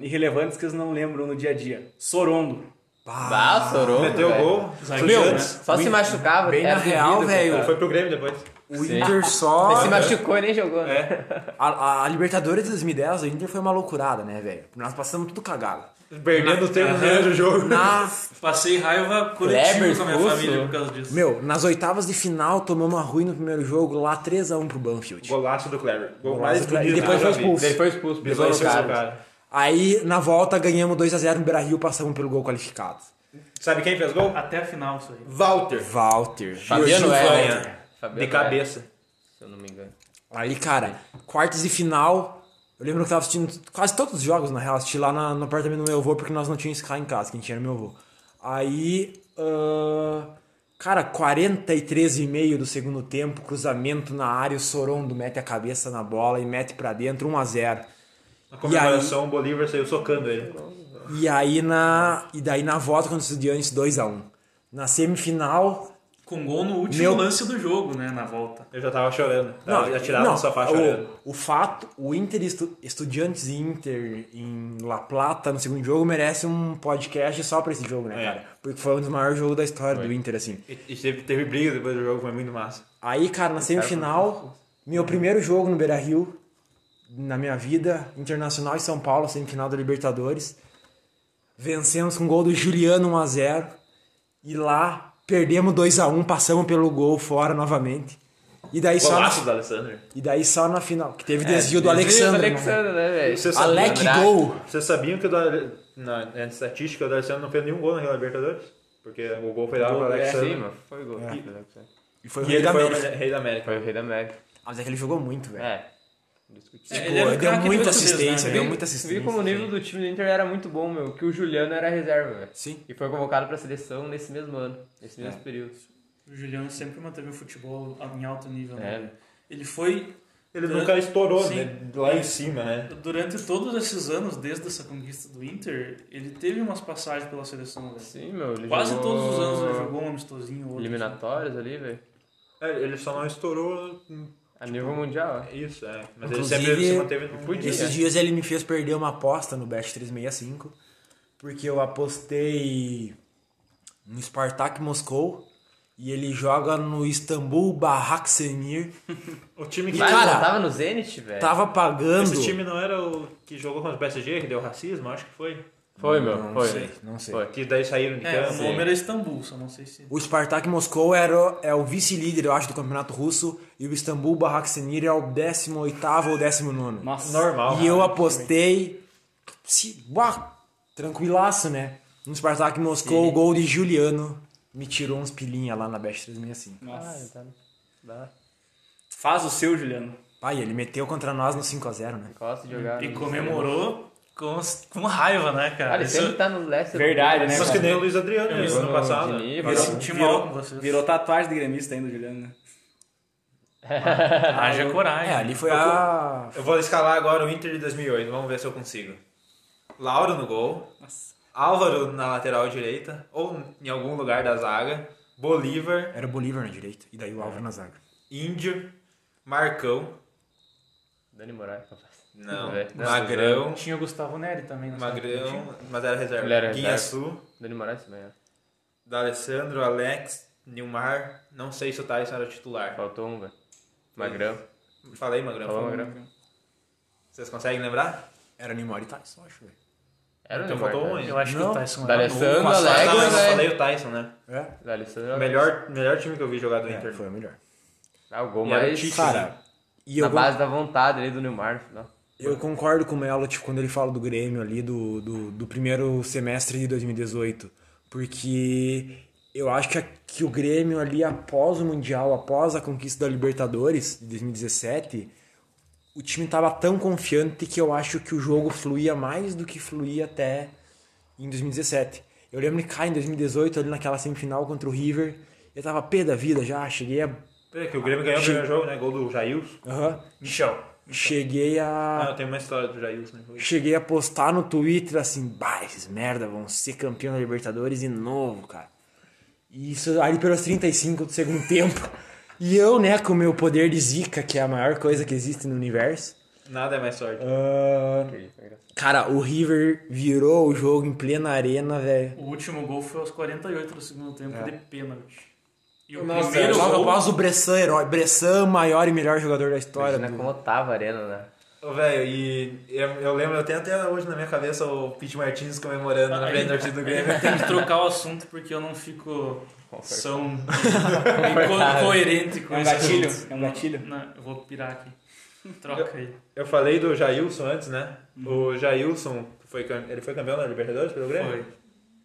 Speaker 1: irrelevante irrelevantes que eles não lembram no dia a dia. Sorondo.
Speaker 3: Bah, sorou.
Speaker 5: Meteu o
Speaker 3: velho.
Speaker 5: gol.
Speaker 4: Zagueiro,
Speaker 5: Meu,
Speaker 4: né?
Speaker 3: Só se machucava,
Speaker 2: Bem
Speaker 3: era
Speaker 2: na real,
Speaker 3: duvido,
Speaker 2: velho.
Speaker 3: cara.
Speaker 5: Foi pro Grêmio depois.
Speaker 2: O
Speaker 3: Sim.
Speaker 2: Inter só.
Speaker 3: Ele se machucou e nem jogou, né?
Speaker 2: A, a- a Libertadores de 2010, o Inter foi uma loucurada, né, velho? Nós passamos tudo cagado.
Speaker 5: Perdendo o tempo no primeiro jogo.
Speaker 2: Na,
Speaker 4: Passei raiva coletiva
Speaker 3: Kleber
Speaker 4: com a minha
Speaker 3: expulso.
Speaker 4: família por causa disso.
Speaker 2: meu, nas oitavas de final, tomamos a ruim no primeiro jogo, lá 3x1 pro Banfield.
Speaker 5: Golaço do Clever. Gol
Speaker 2: Golaço
Speaker 5: mais
Speaker 2: do Kleber.
Speaker 5: bonito
Speaker 2: E depois
Speaker 5: que
Speaker 2: foi
Speaker 5: eu já vi.
Speaker 2: expulso.
Speaker 3: Ele foi expulso, pisou
Speaker 5: Depois
Speaker 3: no
Speaker 5: foi expulso,
Speaker 3: cara.
Speaker 5: cara.
Speaker 2: Aí, na volta, ganhamos 2x0 no Beira-Rio, passamos pelo gol qualificado.
Speaker 5: Sabe quem fez gol?
Speaker 4: Até a final isso aí.
Speaker 5: Walter.
Speaker 2: Walter.
Speaker 3: Fabiano
Speaker 5: Jorginho
Speaker 3: é.
Speaker 5: Zanha.
Speaker 3: né? Fabiano
Speaker 5: De
Speaker 3: é,
Speaker 5: cabeça.
Speaker 3: Se eu não me engano.
Speaker 2: Aí, cara, quartas de final. Eu lembro que eu tava assistindo quase todos os jogos, na real. Assisti lá na, no apartamento do meu avô, porque nós não tínhamos Sky em casa, quem tinha era meu avô. Aí. ah, cara, 43,5 do segundo tempo, cruzamento na área, o Sorondo mete a cabeça na bola e mete pra dentro, 1x0.
Speaker 5: Na comemoração, o Bolívar saiu socando ele.
Speaker 2: E aí na. E daí na volta contra o Estudiantes 2x1. Na semifinal.
Speaker 4: Com gol no último
Speaker 2: Meu-
Speaker 4: lance do jogo, né? Na volta.
Speaker 5: Eu já tava chorando. Tava já tirado do sofá chorando.
Speaker 2: o, o fato, o Inter estu, Estudiantes e Inter em La Plata no segundo jogo merece um podcast só pra esse jogo, né,
Speaker 5: É.
Speaker 2: cara? Porque foi um dos maiores jogos da história do Inter, assim.
Speaker 5: E, e teve, teve briga depois do jogo, foi muito massa.
Speaker 2: Aí, cara, na semifinal, meu primeiro jogo no Beira Rio, na minha vida, Internacional e São Paulo, semifinal da Libertadores. Vencemos com o gol do Juliano 1x0. E lá perdemos 2x1, passamos pelo gol fora novamente. E daí, só na,
Speaker 5: Golaço do Alessandro.
Speaker 2: e daí só na final, que teve desvio do
Speaker 3: Alexandre,
Speaker 2: Alexandre. né?
Speaker 3: Alexandre, né,
Speaker 5: Você
Speaker 3: velho?
Speaker 5: sabe,
Speaker 2: Alec
Speaker 3: Andrade.
Speaker 2: Gol.
Speaker 5: Vocês sabiam que o da, na, na estatística o Alessandro não fez nenhum gol naquela Libertadores? Porque o gol foi dado pro
Speaker 3: É,
Speaker 5: Alexandre.
Speaker 3: sim, mano. Foi gol. né? Foi do Alexandre.
Speaker 2: E foi o
Speaker 5: E
Speaker 2: rei
Speaker 5: ele
Speaker 2: da
Speaker 5: foi o
Speaker 2: América.
Speaker 5: rei da América.
Speaker 3: Foi o Rei da América.
Speaker 2: Mas é que ele jogou muito, velho.
Speaker 3: É. Discutível.
Speaker 4: É,
Speaker 2: Pô,
Speaker 4: ele era o
Speaker 2: deu
Speaker 4: craque
Speaker 2: muita
Speaker 4: português, né,
Speaker 2: assistência,
Speaker 4: velho?
Speaker 2: deu muita
Speaker 3: Você
Speaker 2: assistência.
Speaker 3: viu como o nível do time do Inter era muito bom, meu? Que o Juliano era reserva, velho.
Speaker 2: Sim.
Speaker 3: E foi convocado pra seleção nesse mesmo ano, nesse
Speaker 2: É.
Speaker 3: mesmo período.
Speaker 4: O Juliano sempre manteve o futebol em alto nível, né?
Speaker 3: É.
Speaker 4: Ele foi
Speaker 5: Ele
Speaker 4: Durante-
Speaker 5: nunca estourou
Speaker 4: Sim.
Speaker 5: né? lá em cima, né?
Speaker 4: Durante todos esses anos, desde essa conquista do Inter, ele teve umas passagens pela seleção. velho.
Speaker 3: Sim, meu. Ele
Speaker 4: Quase
Speaker 3: jogou
Speaker 4: todos os anos ele jogou um amistosinho ou outro.
Speaker 3: Eliminatórias ali, velho.
Speaker 5: É, Ele só não estourou
Speaker 2: Tipo,
Speaker 3: A nível mundial, ó.
Speaker 5: isso, é. Mas
Speaker 2: Inclusive,
Speaker 5: ele sempre se manteve no
Speaker 3: podia.
Speaker 2: Esses dias ele me fez perder uma aposta no Bet 365, porque eu apostei no Spartak Moscou E ele joga no Istambul Baraksemir.
Speaker 5: O time
Speaker 2: E,
Speaker 5: que.
Speaker 3: Mas
Speaker 2: cara,
Speaker 3: não tava no Zenit, velho?
Speaker 2: Tava pagando.
Speaker 5: Esse time não era o que jogou contra o PSG, que deu racismo, acho que foi.
Speaker 3: Foi, meu.
Speaker 2: Não
Speaker 3: foi.
Speaker 2: sei, não sei.
Speaker 3: Foi.
Speaker 5: Que daí saíram de
Speaker 4: É, o
Speaker 5: campo.
Speaker 4: nome era Istambul, só não sei se.
Speaker 2: O Spartak Moscou era, o- é o vice-líder, eu acho, do campeonato russo. E o Istambul Baraksemir é o 18 ou 19.
Speaker 1: Nossa.
Speaker 5: Normal.
Speaker 2: E eu apostei. Se, bah, tranquilaço, né? No Spartak Moscou, o gol de Juliano me tirou uns pilinha lá na Best 365.
Speaker 1: Nossa.
Speaker 3: tá. Dá.
Speaker 1: Faz o seu, Juliano.
Speaker 2: Pai, ele meteu contra nós no 5x0, né?
Speaker 3: Gosta de jogar.
Speaker 4: E
Speaker 3: no-
Speaker 4: comemorou com, com raiva, né,
Speaker 3: Ah,
Speaker 4: cara?
Speaker 3: ele
Speaker 4: Isso-
Speaker 3: sempre tá no leste. do-
Speaker 1: Verdade, né?
Speaker 5: É, Mas que nem o Luiz Adriano
Speaker 4: Eu
Speaker 5: isso, ano passado.
Speaker 3: Diniz,
Speaker 4: Eu
Speaker 3: virou-
Speaker 4: senti mal
Speaker 1: Virou-
Speaker 4: com vocês.
Speaker 1: Virou tatuagem de gremista ainda, Juliano. né?
Speaker 4: Haja coragem.
Speaker 2: É, ali foi a.
Speaker 5: Eu vou escalar agora o Inter de 2008, vamos ver se eu consigo. Lauro no gol. Álvaro na lateral direita, ou em algum lugar da zaga. Bolívar,
Speaker 2: Era o Bolívar na direita. E daí o Álvaro na zaga.
Speaker 5: Índio, Marcão,
Speaker 3: Dani Moraes, papai.
Speaker 5: não,
Speaker 3: Velho, não,
Speaker 5: Magrão,
Speaker 4: Tinha o Gustavo Neri também. nessa época,
Speaker 5: Magrão, mas era reserva.
Speaker 3: Ele era reserva.
Speaker 5: Guinhaçu,
Speaker 3: Dani Moraes também, é.
Speaker 5: D'Alessandro, Alex, Nilmar, não sei se o Tyson era titular.
Speaker 3: Faltou um, velho. Magrão.
Speaker 5: Falei, Magrão.
Speaker 3: Falou,
Speaker 5: falei.
Speaker 3: Magrão.
Speaker 5: Vocês conseguem lembrar?
Speaker 2: Era Neymar e Tyson, acho, velho.
Speaker 3: Era o
Speaker 5: Então
Speaker 3: Neymar,
Speaker 5: faltou um,
Speaker 3: né?
Speaker 4: tinha. Eu acho
Speaker 2: Não.
Speaker 4: que o Tyson
Speaker 3: Da
Speaker 4: era
Speaker 3: Alessandro,
Speaker 4: novo.
Speaker 5: Ah, não, eu
Speaker 3: Alex,
Speaker 5: não
Speaker 3: velho.
Speaker 5: falei o Tyson, né?
Speaker 2: É?
Speaker 3: Da Alessandro Alex.
Speaker 5: Melhor, melhor time que eu vi jogar do
Speaker 2: é
Speaker 5: Inter.
Speaker 2: foi o melhor.
Speaker 3: Ah, o gol
Speaker 5: E era o
Speaker 3: mais...
Speaker 5: Tite, né?
Speaker 2: Cara, e
Speaker 3: na
Speaker 2: eu, con-
Speaker 3: base da vontade ali do Neymar, né? no final.
Speaker 2: eu concordo com o Melo, tipo, quando ele fala do Grêmio ali, do, do, do primeiro semestre de 2018. Porque eu acho que, a- que o Grêmio ali, após o Mundial, após a conquista da Libertadores de 2017, o time tava tão confiante que eu acho que o jogo fluía mais do que fluía até em 2017. Eu lembro que cá em 2018, ali naquela semifinal contra o River, eu tava pé da vida já, cheguei a.
Speaker 5: É que o Grêmio ganhou o primeiro jogo, né? Gol do Jailson.
Speaker 2: Aham.
Speaker 5: Michel.
Speaker 2: Cheguei a.
Speaker 5: Ah, eu tenho uma história do Jailson. Né?
Speaker 2: Cheguei a postar no Twitter assim, bah, esses merda vão ser campeão da Libertadores de novo, cara. E isso ali pelos 35 do segundo tempo. E eu, né, com o meu poder de zica, que é a maior coisa que existe no universo.
Speaker 5: Nada é mais sorte.
Speaker 2: ah,
Speaker 3: Que né? foi engraçado.
Speaker 2: Cara, o River virou o jogo em plena arena, velho.
Speaker 4: O último gol foi aos 48 do segundo tempo, de pênalti. E o
Speaker 5: Nossa,
Speaker 4: primeiro
Speaker 2: Logo
Speaker 4: gol...
Speaker 2: após o Bressan, herói. Bressan, maior e melhor jogador da história.
Speaker 4: é
Speaker 3: Imagina
Speaker 2: do-
Speaker 3: como tava a arena, né?
Speaker 5: Ô, velho, e eu, eu lembro, eu tenho até hoje na minha cabeça o Pete Martins comemorando
Speaker 4: Ah,
Speaker 5: na frente da
Speaker 4: é.
Speaker 5: torcida do Grêmio.
Speaker 4: Tem que trocar o assunto porque eu não fico são
Speaker 3: Confortável.
Speaker 4: coerente com
Speaker 1: É um
Speaker 4: esse
Speaker 1: gatilho,
Speaker 4: assunto.
Speaker 1: é um gatilho.
Speaker 4: Não, eu vou pirar aqui. Troca aí.
Speaker 5: Eu falei do Jailson antes, né? O Jailson, foi, cam- ele foi campeão da Libertadores pelo Grêmio?
Speaker 4: Uhum. Foi,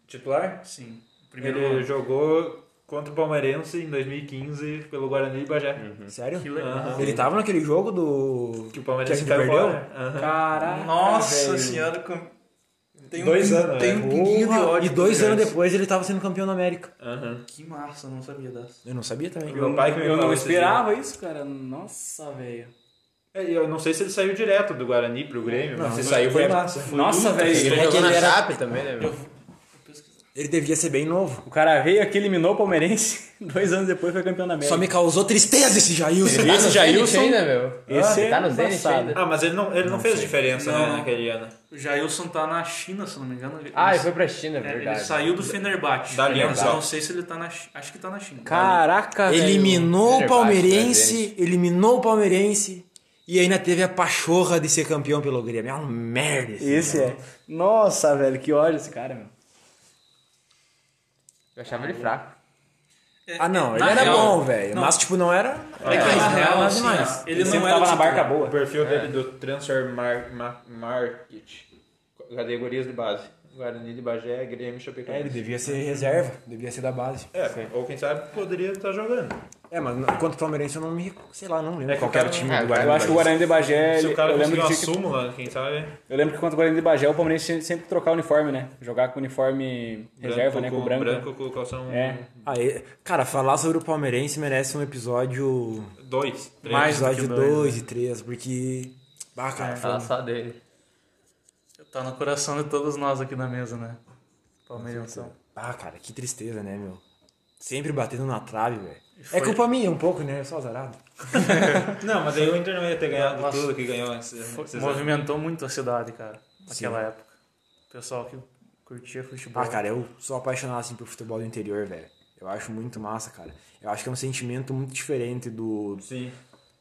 Speaker 5: Titular?
Speaker 4: sim. Primeiro
Speaker 5: Ele
Speaker 4: ano.
Speaker 5: jogou contra o Palmeirense em 2015 pelo Guarani e Bagé.
Speaker 2: Sério?
Speaker 4: Que legal.
Speaker 5: Aham.
Speaker 2: Ele tava naquele jogo do.
Speaker 5: Que o
Speaker 2: Que
Speaker 5: Palmeirense
Speaker 2: a gente
Speaker 5: caiu
Speaker 2: perdeu?
Speaker 5: fora. Aham.
Speaker 1: Caraca,
Speaker 4: Nossa
Speaker 1: velho.
Speaker 4: senhora, com- tem
Speaker 5: Dois
Speaker 4: um, pin-
Speaker 5: anos,
Speaker 4: Tem
Speaker 5: né?
Speaker 4: um pinguinho de
Speaker 2: Porra,
Speaker 4: ódio.
Speaker 2: E dois
Speaker 4: pro
Speaker 2: anos
Speaker 4: Gerson.
Speaker 2: depois ele tava sendo campeão da América.
Speaker 5: Aham.
Speaker 4: Que massa, eu não sabia dessa.
Speaker 2: um Eu não sabia também.
Speaker 5: Meu pai que me
Speaker 1: Eu não
Speaker 5: falou esse
Speaker 1: esperava isso, cara. Nossa, velho.
Speaker 5: É, e Eu não sei se ele saiu direto do Guarani pro Grêmio, mas se saiu foi massa. né?
Speaker 1: Nossa, velho.
Speaker 2: É que ele era-
Speaker 3: Chape também, né, meu?
Speaker 2: Ele devia ser bem novo.
Speaker 1: O cara veio aqui, eliminou o Palmeirense. Dois anos depois foi campeão da América.
Speaker 2: Só me causou tristeza esse Jailson. um
Speaker 1: Esse Jailson-
Speaker 3: Tá ainda, meu.
Speaker 1: Esse
Speaker 3: Ele tá no
Speaker 1: é
Speaker 3: Zenit
Speaker 1: embaçado.
Speaker 3: ainda.
Speaker 5: Ah, mas ele não, ele não, fez diferença
Speaker 4: Não.
Speaker 5: Né, naquele ano.
Speaker 4: O Jailson tá na China, se não me engano. Ele-
Speaker 3: Ah,
Speaker 4: ele-
Speaker 3: ele foi pra China, é
Speaker 4: é,
Speaker 3: verdade.
Speaker 4: ele saiu do Fenerbahçe.
Speaker 5: Da
Speaker 4: Aliás,
Speaker 5: Aliança.
Speaker 4: eu não sei se ele tá na China. Acho que tá na China.
Speaker 1: Caraca, velho.
Speaker 2: Eliminou o
Speaker 3: Fenerbahçe,
Speaker 2: Palmeirense, eliminou o Palmeirense e ainda teve a pachorra de ser campeão pelo Grêmio. É um merda esse.
Speaker 1: Esse é. Nossa, velho, que ódio esse cara, meu.
Speaker 3: Eu achava ele fraco.
Speaker 4: É,
Speaker 2: Ah, não,
Speaker 4: é,
Speaker 2: ele
Speaker 4: na
Speaker 2: era
Speaker 4: real-
Speaker 2: bom, velho. Mas, tipo, não era.
Speaker 4: É que na
Speaker 2: não era
Speaker 4: real,
Speaker 2: nada
Speaker 4: assim,
Speaker 2: demais.
Speaker 4: ó, ele não
Speaker 1: sempre
Speaker 4: era
Speaker 1: tava na
Speaker 4: titular.
Speaker 1: barca
Speaker 5: O
Speaker 1: boa.
Speaker 5: perfil dele do Transfer Mar Mar Market. Categorias de base. Guarani de Bagé, Grêmio
Speaker 2: É, ele
Speaker 5: Chapecoense.
Speaker 2: devia ser reserva, devia ser da base.
Speaker 5: É, ou quem sabe poderia estar jogando.
Speaker 2: É, mas não- quanto Palmeirense eu não me. recu- Sei lá, não lembro.
Speaker 5: É que
Speaker 2: qual
Speaker 5: o
Speaker 2: que era o
Speaker 5: cara-
Speaker 2: time
Speaker 3: é,
Speaker 2: do
Speaker 3: eu
Speaker 2: Guarani.
Speaker 1: Eu acho que o Guarani de Bagé.
Speaker 5: Se
Speaker 1: É, ele-
Speaker 5: o cara
Speaker 1: eu, lembro
Speaker 5: conseguir
Speaker 1: que
Speaker 5: uma
Speaker 1: tinha que-
Speaker 5: súmula, quem sabe.
Speaker 1: eu lembro que contra o Guarani de Bagé, o Palmeirense tinha sempre que trocar o uniforme, né? Jogar com o uniforme reserva, né? Com o branco.
Speaker 5: branco com calção
Speaker 1: É.
Speaker 2: Ah, e- Cara, falar sobre o Palmeirense merece um episódio.
Speaker 5: 2, 3.
Speaker 2: Mais
Speaker 4: um
Speaker 2: episódio
Speaker 4: né?
Speaker 2: 2 e 3, porque. Ah, cara, foi
Speaker 3: Fala só dele.
Speaker 4: Tá no coração de todos nós aqui na mesa, né? Palmeiras.
Speaker 2: Ah, cara, que tristeza, né, meu? Sempre batendo na trave, velho.
Speaker 4: Foi-
Speaker 2: É culpa minha um pouco, né? Eu sou azarado.
Speaker 5: Não, mas aí o Inter não ia ter ganhado
Speaker 4: Nossa.
Speaker 5: tudo que ganhou né? esse,
Speaker 4: Foi-
Speaker 5: esses anos.
Speaker 4: então. movimentou muito a cidade, cara, naquela época. O pessoal que curtia futebol. É.
Speaker 2: Ah, cara, eu sou apaixonado, assim, por futebol do interior, velho. Eu acho muito massa, cara. Eu acho que é um sentimento muito diferente do,
Speaker 5: Sim.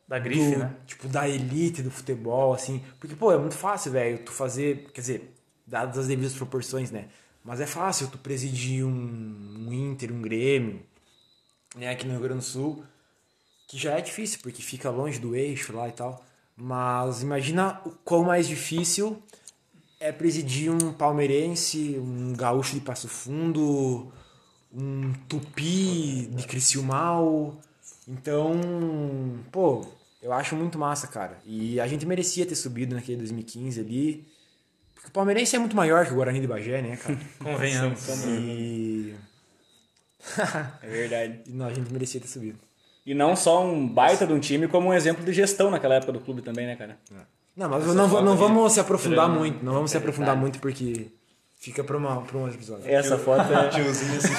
Speaker 4: Da grife,
Speaker 2: do-
Speaker 4: né?
Speaker 2: Tipo, da elite do futebol, assim. Porque, pô, é muito fácil, velho, tu fazer. Quer dizer, dadas as devidas proporções, né? Mas é fácil tu presidir um, um Inter, um Grêmio, né? Aqui no Rio Grande do Sul. Que já é difícil, porque fica longe do eixo lá e tal. Mas imagina o quão mais difícil é presidir um palmeirense, um gaúcho de Passo Fundo, um tupi de Criciúmal. Então, pô, eu acho muito massa, cara. E a gente merecia ter subido naquele 2015 ali. Porque o palmeirense é muito maior que o Guarani de Bagé, né, cara?
Speaker 4: Convenhamos.
Speaker 2: e...
Speaker 1: É verdade.
Speaker 2: e não, a gente merecia ter subido.
Speaker 1: E não só um baita de um time, como um exemplo de gestão naquela época do clube também, né, cara?
Speaker 2: Não, mas não, vou- não
Speaker 5: foto de
Speaker 2: vamos se aprofundar
Speaker 5: treino,
Speaker 2: muito. Não vamos se aprofundar muito porque fica pra, uma, pra um outro episódio.
Speaker 1: Essa foto é.
Speaker 5: Tiozinho assistindo.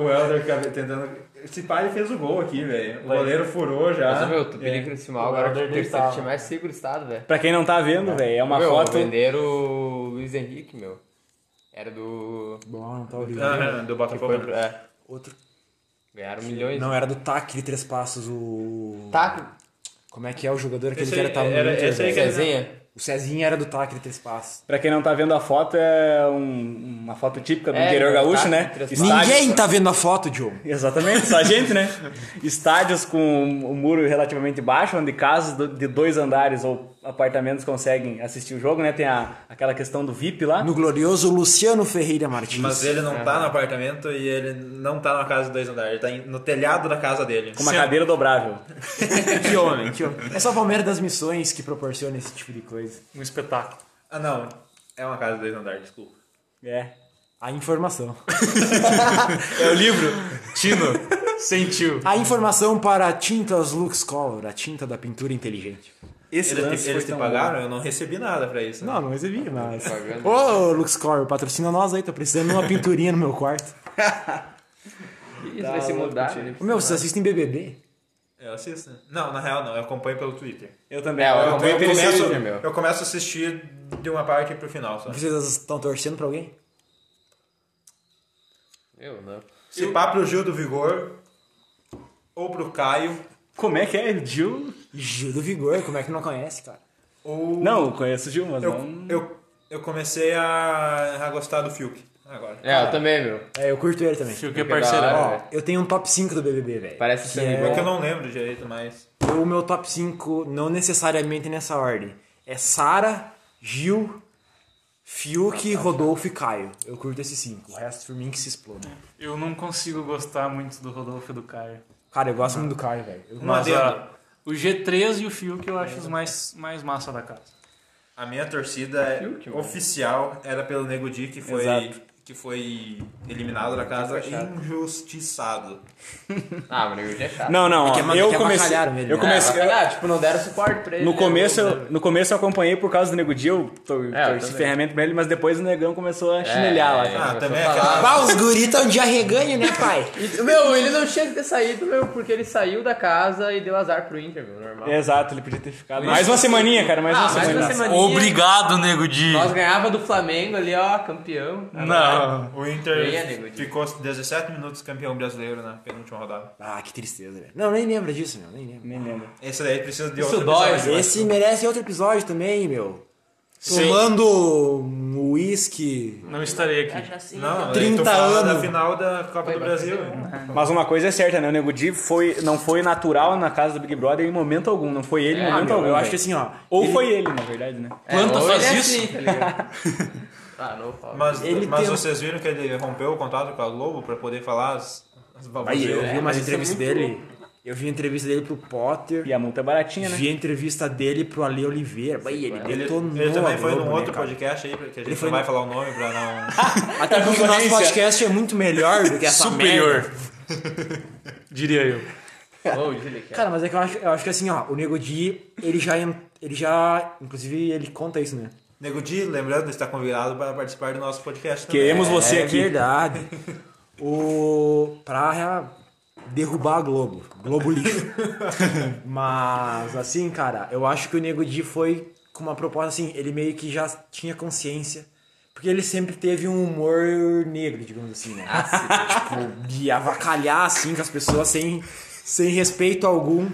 Speaker 5: o Helder cabe- tentando. Esse pai fez o gol aqui, velho. O goleiro furou já.
Speaker 3: Mas, ô, meu, Tupi de Criciúma agora é o terceiro time mais seguro do estado, velho.
Speaker 1: Pra quem não tá vendo, velho, é uma
Speaker 3: meu,
Speaker 1: foto.
Speaker 3: venderam o Luiz Henrique, meu. Era do...
Speaker 2: Bom, não tá horrível.
Speaker 5: Ah, do
Speaker 3: que
Speaker 5: Botafogo.
Speaker 3: foi pro- é,
Speaker 2: Outro...
Speaker 3: ganharam milhões.
Speaker 2: Não, era do TAC de Três Passos, o...
Speaker 3: Tá, é
Speaker 2: Como é que é o jogador? Aquele
Speaker 5: Esse
Speaker 2: que era
Speaker 5: aí-
Speaker 2: tava no
Speaker 5: era-
Speaker 2: Inter,
Speaker 5: esse aí
Speaker 2: velho.
Speaker 5: que era-
Speaker 3: Cezinha.
Speaker 2: O Cezinho era do TAC de Três Passos.
Speaker 1: Pra quem não tá vendo a foto, é um- uma foto típica do
Speaker 3: É,
Speaker 1: interior
Speaker 3: é,
Speaker 1: gaúcho,
Speaker 3: tá,
Speaker 1: né?
Speaker 3: três-
Speaker 1: Estádio-
Speaker 2: Ninguém tá vendo a foto, John.
Speaker 1: Exatamente, só a gente, né? Estádios com o muro relativamente baixo, onde casas do- de dois andares ou apartamentos conseguem assistir o jogo, né? Tem a, aquela questão do VIP lá.
Speaker 2: No glorioso Luciano Ferreira Martins.
Speaker 5: Mas ele não tá no apartamento e ele não tá na casa de dois andares. Ele tá em- no telhado da casa dele.
Speaker 1: Com uma cadeira dobrável.
Speaker 2: Que homem, que homem. É só o Palmeiras das Missões que proporciona esse tipo de coisa.
Speaker 4: Um espetáculo.
Speaker 5: Ah, não. É uma casa de dois andares, desculpa.
Speaker 1: É.
Speaker 2: A informação.
Speaker 4: É o livro Tino Sentiu.
Speaker 2: A informação para tintas Lux Color, a tinta da pintura inteligente.
Speaker 1: Esse
Speaker 5: Eles,
Speaker 1: lance
Speaker 5: te, eles
Speaker 1: foi tão
Speaker 5: te pagaram? Eu não recebi nada pra isso. né?
Speaker 2: Não, não recebi, mas...
Speaker 3: Propaganda.
Speaker 2: Ô, Lux Color, patrocina nós aí, tô precisando de uma pinturinha no meu quarto.
Speaker 3: Isso vai se mudar. né?
Speaker 2: Ô, meu, vocês assistem BBB?
Speaker 5: Eu assisto. Não, na real não. Eu acompanho pelo Twitter.
Speaker 1: bom. Eu também.
Speaker 3: É,
Speaker 1: eu
Speaker 3: eu
Speaker 1: também
Speaker 3: acompanho
Speaker 5: eu,
Speaker 3: pelo
Speaker 1: pensei-
Speaker 5: começo,
Speaker 3: Twitter, meu.
Speaker 5: eu começo a assistir de uma parte pro final só.
Speaker 2: Vocês estão torcendo pra alguém?
Speaker 3: Eu não.
Speaker 5: Se pá pro Gil do Vigor ou pro Caio
Speaker 1: Como é que é? Gil?
Speaker 2: Gil do Vigor, como é que não conhece, cara?
Speaker 5: ou...
Speaker 1: Não, eu conheço o Gil, mas
Speaker 5: Eu,
Speaker 1: não.
Speaker 5: eu, eu comecei a, a gostar do Fiuk agora.
Speaker 3: É, eu também, meu.
Speaker 2: É, eu curto ele também.
Speaker 4: Tio que é
Speaker 3: Porque da
Speaker 4: parceirão.
Speaker 3: hora,
Speaker 2: Ó,
Speaker 3: velho.
Speaker 2: eu tenho um top 5 do BBB, velho.
Speaker 3: Parece
Speaker 2: que
Speaker 3: sangue
Speaker 2: é-
Speaker 5: Porque eu não lembro direito, mas...
Speaker 2: O meu top 5, não necessariamente nessa ordem, é Sara, Gil, Fiuk, Rodolfo e Caio. Eu curto esses 5. O resto por mim que se explode.
Speaker 4: Eu não consigo gostar muito do Rodolfo e do Caio.
Speaker 2: Cara, eu gosto muito do Caio, velho. Eu-
Speaker 5: Um
Speaker 4: Mas
Speaker 5: adendo.
Speaker 4: a- o G3 e o Fiuk eu acho os mais, mais massa da casa.
Speaker 5: A minha
Speaker 2: É
Speaker 5: torcida
Speaker 3: Fiuk, mano.
Speaker 5: oficial era pelo Nego Di, que foi,
Speaker 1: Exato.
Speaker 5: que foi eliminado da casa
Speaker 3: fechado.
Speaker 5: injustiçado.
Speaker 3: Ah, mano, eu já é chato.
Speaker 1: Não, não.
Speaker 2: É que
Speaker 1: ó,
Speaker 2: ama- é
Speaker 1: eu
Speaker 2: que
Speaker 1: comecei.
Speaker 2: avacalharam ele,
Speaker 1: eu
Speaker 2: né?
Speaker 1: comecei.
Speaker 3: É, ah, tipo, não deram suporte pra ele.
Speaker 1: No
Speaker 3: né?
Speaker 1: começo,
Speaker 3: Não-
Speaker 1: eu, no começo eu acompanhei por causa do Nego Gil, eu tor-
Speaker 3: É, eu
Speaker 1: torci
Speaker 3: também.
Speaker 1: ferramenta pra ele, mas depois o Negão começou a chinelhar lá. cara.
Speaker 3: é,
Speaker 5: Ah,
Speaker 3: começou
Speaker 5: também
Speaker 3: a falar.
Speaker 5: aquela-
Speaker 2: Bah, os guris tão de arreganho, né, pai?
Speaker 3: E, meu, ele não tinha que ter saído, meu, porque ele saiu da casa e deu azar pro Inter, meu, normal.
Speaker 1: Exato, ele podia ter ficado. Mais uma semaninha, cara, mais
Speaker 3: Ah,
Speaker 1: uma
Speaker 3: mais
Speaker 1: semaninha.
Speaker 3: uma semaninha.
Speaker 4: Nego Di.
Speaker 3: Nós ganhava do Flamengo ali, ó, campeão.
Speaker 4: Não.
Speaker 5: O Inter
Speaker 3: Quem é Nego Di?
Speaker 5: ficou 17 minutos campeão brasileiro na penúltima rodada.
Speaker 2: Ah, que tristeza, velho. Não, nem lembra disso, meu. Nem lembra.
Speaker 1: Nem lembro.
Speaker 5: Esse daí precisa de
Speaker 3: Isso
Speaker 5: outro
Speaker 3: dói,
Speaker 5: episódio.
Speaker 2: Esse merece outro episódio também, meu.
Speaker 4: Sim.
Speaker 2: Tomando um uísque.
Speaker 4: Não estarei aqui.
Speaker 2: 30
Speaker 5: Não, 30 anos. da
Speaker 2: anos.
Speaker 5: final da Copa do Brasil.
Speaker 1: Mas uma coisa é certa, né? O Nego Di foi, não foi natural na casa do Big Brother em momento algum. Não foi ele em
Speaker 3: É,
Speaker 1: momento
Speaker 3: meu,
Speaker 1: algum.
Speaker 2: Eu acho que
Speaker 1: velho.
Speaker 2: assim, ó.
Speaker 1: Ou
Speaker 2: ele-
Speaker 1: foi ele, na verdade, né?
Speaker 4: Planta
Speaker 3: ou
Speaker 4: faz
Speaker 3: ele é
Speaker 4: isso?
Speaker 3: Assim, tá ligado? ah, não fala.
Speaker 5: Mas,
Speaker 2: Ele
Speaker 5: mas
Speaker 2: tem- um
Speaker 5: vocês viram que ele rompeu o contato com a Globo pra poder falar as, as
Speaker 2: Aí, eu
Speaker 5: baboseiras?
Speaker 2: vi
Speaker 3: mas
Speaker 2: umas
Speaker 3: isso é
Speaker 2: entrevistas
Speaker 3: muito-
Speaker 2: dele. Eu vi a entrevista dele pro Potter.
Speaker 1: E a multa é baratinha, né?
Speaker 2: Vi a entrevista dele pro Ale Oliveira. Bah, ele
Speaker 5: Ele,
Speaker 2: detonou
Speaker 5: ele
Speaker 2: a
Speaker 5: também foi
Speaker 2: Globo,
Speaker 5: num
Speaker 2: né,
Speaker 5: outro
Speaker 2: cara?
Speaker 5: podcast aí, que a gente
Speaker 2: foi
Speaker 5: não vai falar o nome pra não.
Speaker 2: Até porque o nosso
Speaker 1: concorrência.
Speaker 2: podcast é muito melhor do que essa merda.
Speaker 4: Superior. Diria eu.
Speaker 3: Ô, diz ele que é.
Speaker 2: Cara, mas é que eu acho, eu acho que assim, ó, o Nego Di, ele já, en- ele já, inclusive, ele conta isso, né?
Speaker 5: Nego Di, lembrando, está convidado para participar do nosso podcast também.
Speaker 1: Queremos você
Speaker 2: é
Speaker 1: aqui.
Speaker 2: verdade. O... Pra derrubar a Globo. Globo lixo. Mas, assim, cara, eu acho que o Nego Di foi com uma proposta assim, ele meio que já tinha consciência. Porque ele sempre teve um humor negro, digamos assim, né? tipo, de avacalhar, assim, com as pessoas sem, sem respeito algum.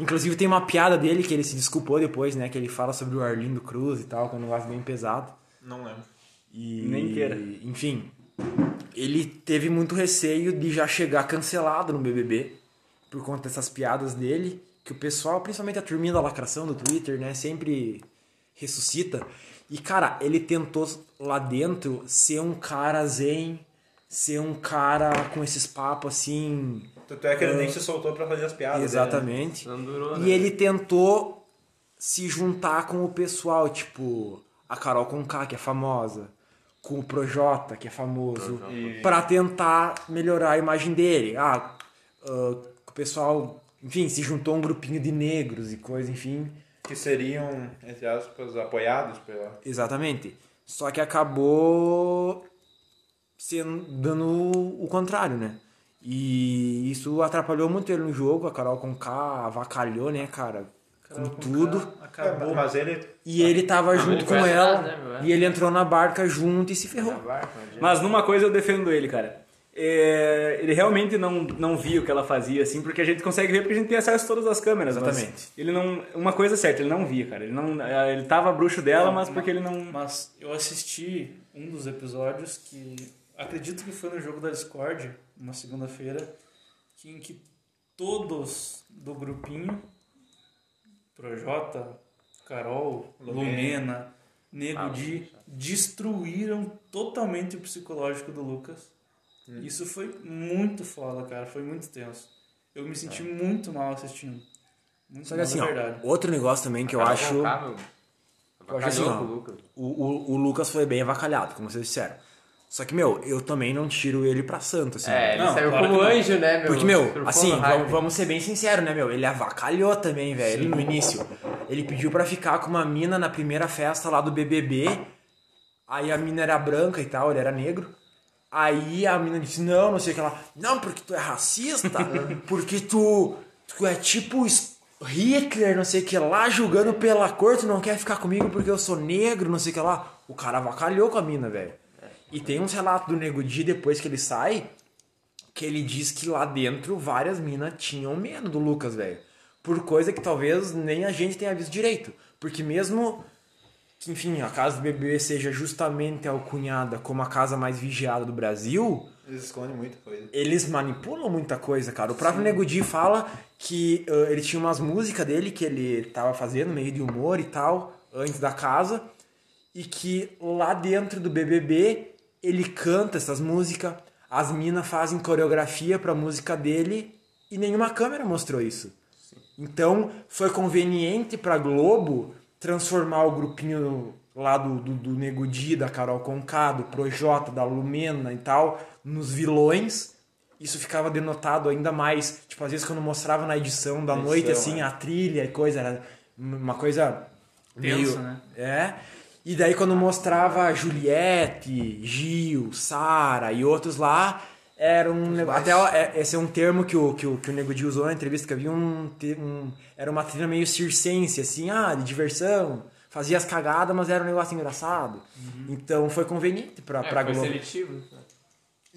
Speaker 2: Inclusive tem uma piada dele que ele se desculpou depois, né? Que ele fala sobre o Arlindo Cruz e tal, que é um negócio bem pesado.
Speaker 5: Não lembro.
Speaker 2: E,
Speaker 1: Nem queira.
Speaker 2: Enfim, ele teve muito receio de já chegar cancelado no BBB por conta dessas piadas dele, que o pessoal, principalmente a turminha da lacração do Twitter, né, sempre ressuscita. E, cara, ele tentou lá dentro ser um cara zen, ser um cara com esses papos assim.
Speaker 5: Tanto é que ele nem se soltou pra fazer as piadas. né?
Speaker 2: Exatamente.
Speaker 3: Não durou, né?
Speaker 2: E ele tentou se juntar com o pessoal, tipo, a Carol Conká, que é famosa, com o Projota, que é famoso, pra tentar melhorar a imagem dele. Ah, ah, o pessoal, enfim, se juntou a um grupinho de negros e coisa, enfim.
Speaker 5: Né? Que seriam, entre aspas, apoiados pela.
Speaker 2: Exatamente. Só que acabou sendo dando o contrário, né? E isso atrapalhou muito ele no jogo, a Carol Conká avacalhou, né, cara? com tudo.
Speaker 5: Acabou. É, Mas ele
Speaker 2: E ele tava junto
Speaker 3: ele
Speaker 2: com
Speaker 3: foi
Speaker 2: ela.
Speaker 3: atrás, Tá né, meu? É.
Speaker 2: e ele entrou na barca junto e se ferrou.
Speaker 1: Mas numa coisa eu defendo ele, cara. É, ele realmente não, não via o que ela fazia, assim, porque a gente consegue ver porque a gente tem acesso a todas as câmeras. mas
Speaker 2: Exatamente.
Speaker 1: Ele não. Uma coisa é certa, ele não via, cara. Ele, não, é, ele tava bruxo dela,
Speaker 4: Não,
Speaker 1: mas
Speaker 4: não.
Speaker 1: porque ele não.
Speaker 4: Mas eu assisti um dos episódios que acredito que foi no jogo da Discord, uma segunda-feira, que- em que todos do grupinho, Projota, Carol,
Speaker 5: Lumena.
Speaker 4: Lumena, Nego Di, destruíram totalmente o psicológico do Lucas. Isso foi muito foda, cara. Foi muito tenso. Eu me senti muito mal assistindo. Muito
Speaker 2: Só que
Speaker 4: mal,
Speaker 2: assim,
Speaker 4: na
Speaker 2: ó,
Speaker 4: verdade.
Speaker 2: outro negócio também que eu acho. Eu acho
Speaker 3: é
Speaker 2: assim, ó, o, o, o Lucas foi bem avacalhado, como vocês disseram. Só que, meu, eu também não tiro ele pra santo, assim.
Speaker 3: É, ele
Speaker 4: Não,
Speaker 3: saiu
Speaker 4: claro
Speaker 3: como
Speaker 4: que não.
Speaker 3: anjo, né, meu?
Speaker 2: Porque, meu,
Speaker 3: Surfou
Speaker 2: assim,
Speaker 3: no
Speaker 2: vamos,
Speaker 3: hype.
Speaker 2: vamos ser bem sinceros, né, meu? Ele avacalhou também, velho, no início. Ele pediu pra ficar com uma mina na primeira festa lá do BBB. Aí a mina era branca e tal, ele era negro. Aí a mina disse, não, não sei o que lá. Não, porque tu é racista, porque tu, tu é tipo es- Hitler, não sei o que lá, julgando pela cor, tu não quer ficar comigo porque eu sou negro, não sei o que lá. O cara avacalhou com a mina, velho. E tem uns relatos do Nego Di depois que ele sai, que ele diz que lá dentro várias minas tinham medo do Lucas, velho. Por coisa que talvez nem a gente tenha visto direito. Porque mesmo que, enfim, a casa do BBB seja justamente alcunhada como a casa mais vigiada do Brasil,
Speaker 5: eles escondem muita coisa.
Speaker 2: eles manipulam muita coisa, cara. O próprio Nego Di fala que ah, ele tinha umas músicas dele que ele tava fazendo, meio de humor e tal, antes da casa, e que lá dentro do BBB ele canta essas músicas, as minas fazem coreografia pra música dele e nenhuma câmera mostrou isso. Então foi conveniente pra Globo transformar o grupinho lá do, do, do Nego Di, da Carol Conká, do Projota, da Lumena e tal, nos vilões. Isso ficava denotado ainda mais. Tipo, às vezes quando mostrava na edição da noite, assim, a trilha e coisa, era uma coisa
Speaker 4: Tensa,
Speaker 2: meio-
Speaker 4: né?
Speaker 2: É. E daí quando mostrava Juliette, Gil, Sara e outros lá, era um nego- até ó, é- esse é um termo que o que o, que o Nego Di usou na entrevista que eu vi um, te- um- era uma trilha meio circense assim, ah, de diversão, fazia as cagadas, mas era um negócio engraçado.
Speaker 4: Uhum.
Speaker 2: Então foi conveniente pra
Speaker 3: É,
Speaker 2: pra
Speaker 3: foi
Speaker 2: Globo.
Speaker 3: seletivo. né?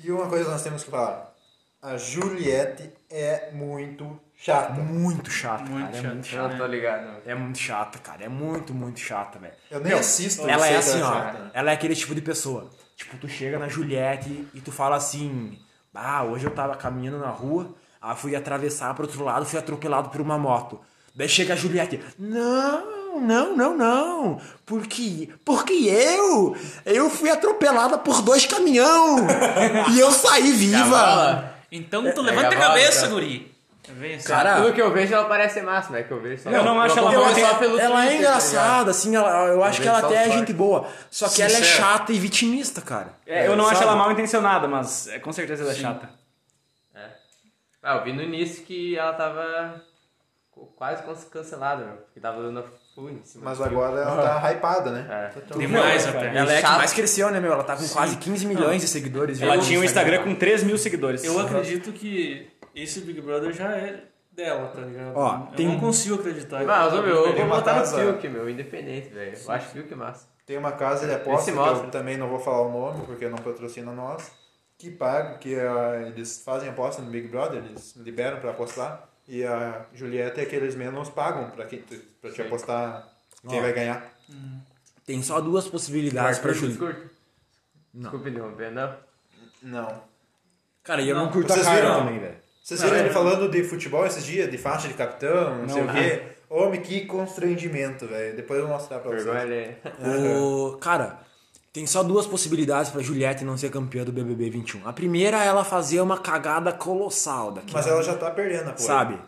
Speaker 6: E uma coisa nós temos que falar. A Juliette é muito chata.
Speaker 2: Muito chato,
Speaker 4: Muito
Speaker 2: cara, é
Speaker 4: chato.
Speaker 2: muito chato.
Speaker 3: Não, tô ligado.
Speaker 2: É muito chata, cara. É muito, muito chata, velho.
Speaker 6: Eu nem
Speaker 2: Meu,
Speaker 6: assisto. eu
Speaker 2: Ela
Speaker 6: sei
Speaker 2: é
Speaker 6: que
Speaker 2: assim, ó.
Speaker 6: chata, né?
Speaker 2: Ela é aquele tipo de pessoa. Tipo, tu chega na Juliette e tu fala assim: Ah, hoje eu tava caminhando na rua, aí fui atravessar pro outro lado, fui atropelado por uma moto. Daí chega a Juliette: Não, não, não, não. Porque, porque eu, eu fui atropelada por dois caminhão e eu saí viva.
Speaker 4: Então tu levanta a cabeça, guri. Vem assim.
Speaker 2: Cara,
Speaker 3: É, Tudo que eu vejo, ela parece ser massa, né? Que eu vejo só.
Speaker 1: Eu não acho ela
Speaker 3: acompanho
Speaker 1: ruim.
Speaker 3: só pelo
Speaker 2: ela é
Speaker 3: Twitter, tá ligado?
Speaker 2: engraçada, assim, ela, eu acho que ela
Speaker 3: South
Speaker 2: até é
Speaker 3: Park.
Speaker 2: gente boa. Só que ela é
Speaker 5: Sincero.
Speaker 2: chata e vitimista, cara.
Speaker 1: É, eu não
Speaker 2: Sabe?
Speaker 1: acho ela mal intencionada, mas é, com certeza ela é chata.
Speaker 3: Ah, eu vi no início que ela tava co- quase cance- cancelada, meu. Porque tava dando a full em cima.
Speaker 6: Mas
Speaker 3: do
Speaker 6: agora ela tá hypeada, né?
Speaker 3: É.
Speaker 4: Demais até.
Speaker 2: Ela é a que
Speaker 3: Chato.
Speaker 2: mais cresceu, né, meu? Ela tá com quase 15 milhões de seguidores.
Speaker 1: Ela
Speaker 2: viu,
Speaker 1: tinha um Instagram com 3 mil seguidores.
Speaker 4: Eu acredito que esse Big Brother já é dela, tá ligado?
Speaker 2: Ó,
Speaker 4: eu
Speaker 2: tem-
Speaker 4: não consigo acreditar.
Speaker 3: Mas, ô, meu, eu
Speaker 6: Ele
Speaker 3: vou botar no
Speaker 6: matava.
Speaker 3: Silk, meu. Independente, velho. Eu acho Silk massa.
Speaker 5: Tem uma casa de
Speaker 3: Esse
Speaker 5: aposta, que
Speaker 3: mostra.
Speaker 5: eu também não vou falar o nome, porque não patrocina nós, que paga, que ah, eles fazem aposta no Big Brother, eles liberam pra apostar, e a Julieta é aqueles menos pagam pra, quem, pra te apostar quem
Speaker 2: Ó.
Speaker 5: vai ganhar.
Speaker 2: Tem só duas possibilidades Tá, pra Júlia.
Speaker 3: Desculpa,
Speaker 2: Não.
Speaker 3: Desculpa interromper, não.
Speaker 5: Não.
Speaker 2: Cara, e eu não, curto a
Speaker 5: vocês
Speaker 2: cara
Speaker 5: viram?
Speaker 2: também, velho.
Speaker 5: Vocês
Speaker 4: Não,
Speaker 5: viram ele
Speaker 4: eu-
Speaker 5: falando de futebol esses dias, de faixa de capitão, não, sei o quê? Homem, que constrangimento, velho. Depois eu vou mostrar pra
Speaker 3: Vergonha
Speaker 5: vocês.
Speaker 3: alheia.
Speaker 2: O... Cara, tem só duas possibilidades pra Juliette não ser campeã do BBB 21. A primeira é ela fazer uma cagada colossal daqui.
Speaker 5: Mas ela já tá perdendo, pô.
Speaker 2: sabe?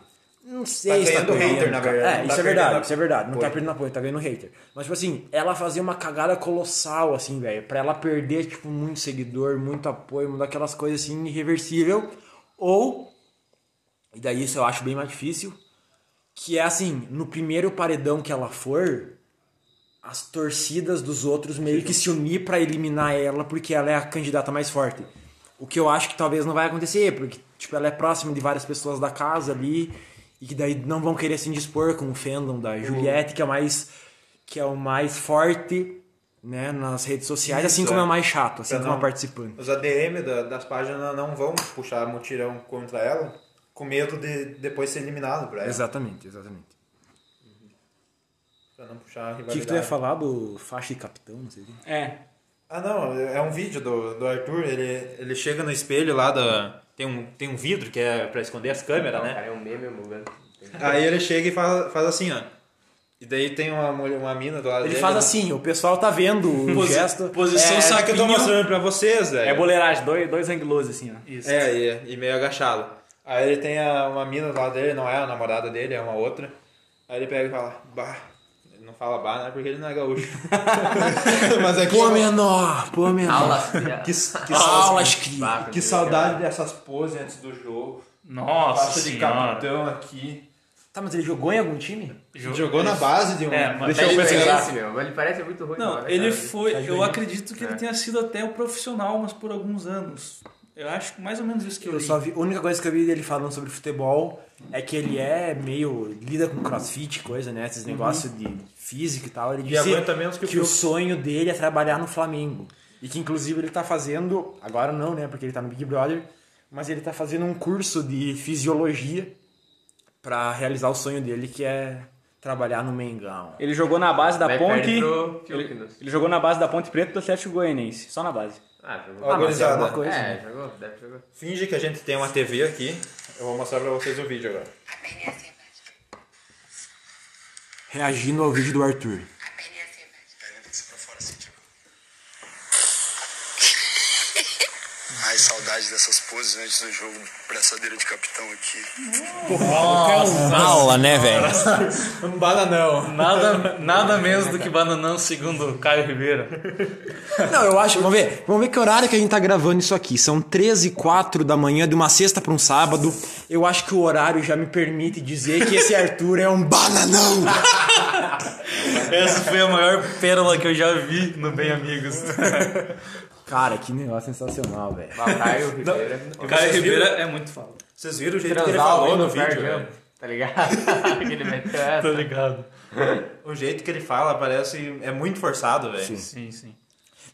Speaker 2: Não sei
Speaker 5: Tá
Speaker 2: se
Speaker 5: ganhando hater, na
Speaker 2: cara.
Speaker 5: verdade.
Speaker 2: É,
Speaker 5: Não
Speaker 2: isso
Speaker 5: tá
Speaker 2: é verdade,
Speaker 5: perdendo
Speaker 2: isso é verdade. Não tá
Speaker 5: apoio.
Speaker 2: perdendo apoio, tá ganhando hater. Mas, tipo assim, ela fazia uma cagada colossal, assim, velho. Pra ela perder, tipo, muito seguidor, muito apoio, uma daquelas coisas, assim, irreversível. Ou, e daí isso eu acho bem mais difícil, que é assim, no primeiro paredão que ela for, as torcidas dos outros meio que se unir pra eliminar ela porque ela é a candidata mais forte. O que eu acho que talvez não vai acontecer, porque tipo, ela é próxima de várias pessoas da casa ali e que daí não vão querer se indispor com o fandom da Juliette, que é mais que é o mais forte, né, nas redes sociais, assim
Speaker 5: Isso,
Speaker 2: como é
Speaker 5: é.
Speaker 2: o mais chato, assim
Speaker 5: Pra
Speaker 2: como a
Speaker 5: não-
Speaker 2: participante.
Speaker 5: Os ADM da- das páginas não vão puxar mutirão contra ela, com medo de depois ser eliminado
Speaker 2: É.
Speaker 5: pra ela.
Speaker 2: Exatamente, exatamente.
Speaker 5: Pra não puxar a
Speaker 2: O
Speaker 5: rivalidade.
Speaker 2: que, que tu ia falar do faixa e capitão, não sei o quê?
Speaker 1: É.
Speaker 5: Ah, não, é um vídeo do, do Arthur, ele,
Speaker 7: Ele chega no espelho lá da. Tem um, tem um vidro que é pra esconder as câmeras,
Speaker 3: Não,
Speaker 7: né?
Speaker 3: cara, é um meme, meu velho.
Speaker 7: Aí ele chega e fala, faz assim, ó. E daí tem uma, mulher- uma mina do lado
Speaker 2: Ele
Speaker 7: dele.
Speaker 5: né?
Speaker 2: faz assim, o pessoal tá vendo o
Speaker 7: né? Posi-
Speaker 2: gesto.
Speaker 7: Posição
Speaker 5: tipo
Speaker 1: É,
Speaker 7: sabe que eu tô
Speaker 1: sapinho.
Speaker 7: mostrando pra vocês, velho.
Speaker 1: É boleiragem, dois, dois angulosos assim, ó.
Speaker 4: Isso.
Speaker 7: É, e, e meio agachado.
Speaker 5: Aí ele tem a- uma mina do lado dele, não é a namorada dele, é uma outra. Aí ele pega e fala, bah. Ele não fala bah, né? Porque ele não é gaúcho. Mas é tipo aqui.
Speaker 2: Pô, menor, pô, menor.
Speaker 3: Aulas, filha.
Speaker 5: Que, que,
Speaker 2: Aulas que...
Speaker 3: Baco,
Speaker 5: que
Speaker 3: Deus,
Speaker 5: saudade dessas poses antes do jogo.
Speaker 4: Nossa
Speaker 5: Passa de
Speaker 4: senhora.
Speaker 5: capitão aqui.
Speaker 2: Tá, mas ele jogou em algum time?
Speaker 4: Jo-
Speaker 5: Jogou na base de um.
Speaker 4: É, mas
Speaker 3: cara.
Speaker 4: eu
Speaker 3: Ele
Speaker 4: pensar.
Speaker 3: parece, meu. Ele parece muito ruim.
Speaker 4: Não,
Speaker 3: cara,
Speaker 4: ele
Speaker 3: cara.
Speaker 4: foi. Eu acredito que
Speaker 3: É.
Speaker 4: ele tenha sido até um profissional, mas por alguns anos. Eu acho que mais ou menos isso que eu,
Speaker 2: Eu
Speaker 4: li.
Speaker 2: só vi, a única coisa que eu vi dele falando sobre futebol é que ele é meio lida com crossfit, coisa, né? Esses negócios de físico e tal. Ele
Speaker 7: Uhum. E
Speaker 2: disse
Speaker 7: aguenta menos que
Speaker 2: que,
Speaker 7: o
Speaker 2: o sonho dele é trabalhar no Flamengo. E que inclusive ele tá fazendo, agora não, né? Porque ele tá no Big Brother, mas ele tá fazendo um curso de fisiologia pra realizar o sonho dele, que é trabalhar no Mengão.
Speaker 1: Ele jogou na base da
Speaker 3: Vai
Speaker 1: ponte.
Speaker 3: perder pro
Speaker 1: Ele,
Speaker 3: Fiocchinos.
Speaker 1: ele jogou na base da ponte preta do Atlético Goianiense. Só na base.
Speaker 3: Ah, jogou.
Speaker 5: Ó,
Speaker 2: Ah, mas é alguma
Speaker 5: gurizada.
Speaker 2: coisa, né?
Speaker 3: é, jogou, deve jogar.
Speaker 5: Finge que a gente tem uma TV aqui. Eu vou mostrar pra vocês o vídeo agora.
Speaker 2: Reagindo ao vídeo do Arthur.
Speaker 8: assim, tipo. Ai, saudade dessas poses antes do jogo, braçadeira de capitão aqui.
Speaker 2: Aula, né, velho?
Speaker 5: Um bananão.
Speaker 4: Nada, nada menos do que Bananão, segundo Caio Ribeira.
Speaker 2: Não, eu acho. Vamos ver. Vamos ver que horário que a gente tá gravando isso aqui. São 13 e 4 da manhã, de uma sexta pra um sábado. Eu acho que o horário já me permite dizer que esse Arthur é um bananão.
Speaker 4: Essa foi a maior pérola que eu já vi no Bem Amigos.
Speaker 2: Cara, que negócio sensacional, velho.
Speaker 3: Caio Ribeira.
Speaker 4: Caio Ribeira é muito foda.
Speaker 5: Vocês viram o jeito que ele
Speaker 3: Transar
Speaker 5: falou
Speaker 3: alguém
Speaker 5: no
Speaker 3: no
Speaker 5: vídeo, velho?
Speaker 3: vídeo, Tá ligado? que ele meteu essa.
Speaker 4: Tá ligado.
Speaker 5: O jeito que ele fala parece. É muito forçado, velho.
Speaker 4: Sim, sim.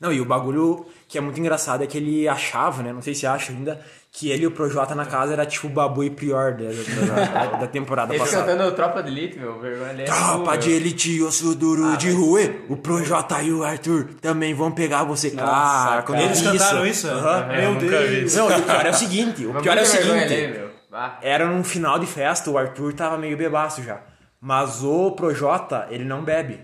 Speaker 2: Não, e o bagulho que é muito engraçado é que ele achava, né? Não sei se acha ainda, que ele e o Projota na casa era tipo o Babu e Prior da, da- da- da temporada
Speaker 3: Ele
Speaker 4: é
Speaker 2: passada.
Speaker 3: cantando Tropa de Elite, meu. Vergonha alheia.
Speaker 2: Tropa
Speaker 3: Meu.
Speaker 2: de elite, eu sou duro de rua. O Projota e o Arthur também vão pegar você. cara, quando
Speaker 5: Eles
Speaker 2: ele
Speaker 5: cantaram isso?
Speaker 2: Aham.
Speaker 4: eu
Speaker 5: Meu
Speaker 4: nunca
Speaker 5: Deus.
Speaker 2: Não, e o pior é o seguinte, o
Speaker 3: Mas
Speaker 2: pior é o
Speaker 3: muita vergonha alheia,
Speaker 2: seguinte,
Speaker 3: meu. Ah, Bah.
Speaker 2: era num final de festa, o Arthur tava meio bebaço já, mas o Projota, ele não bebe.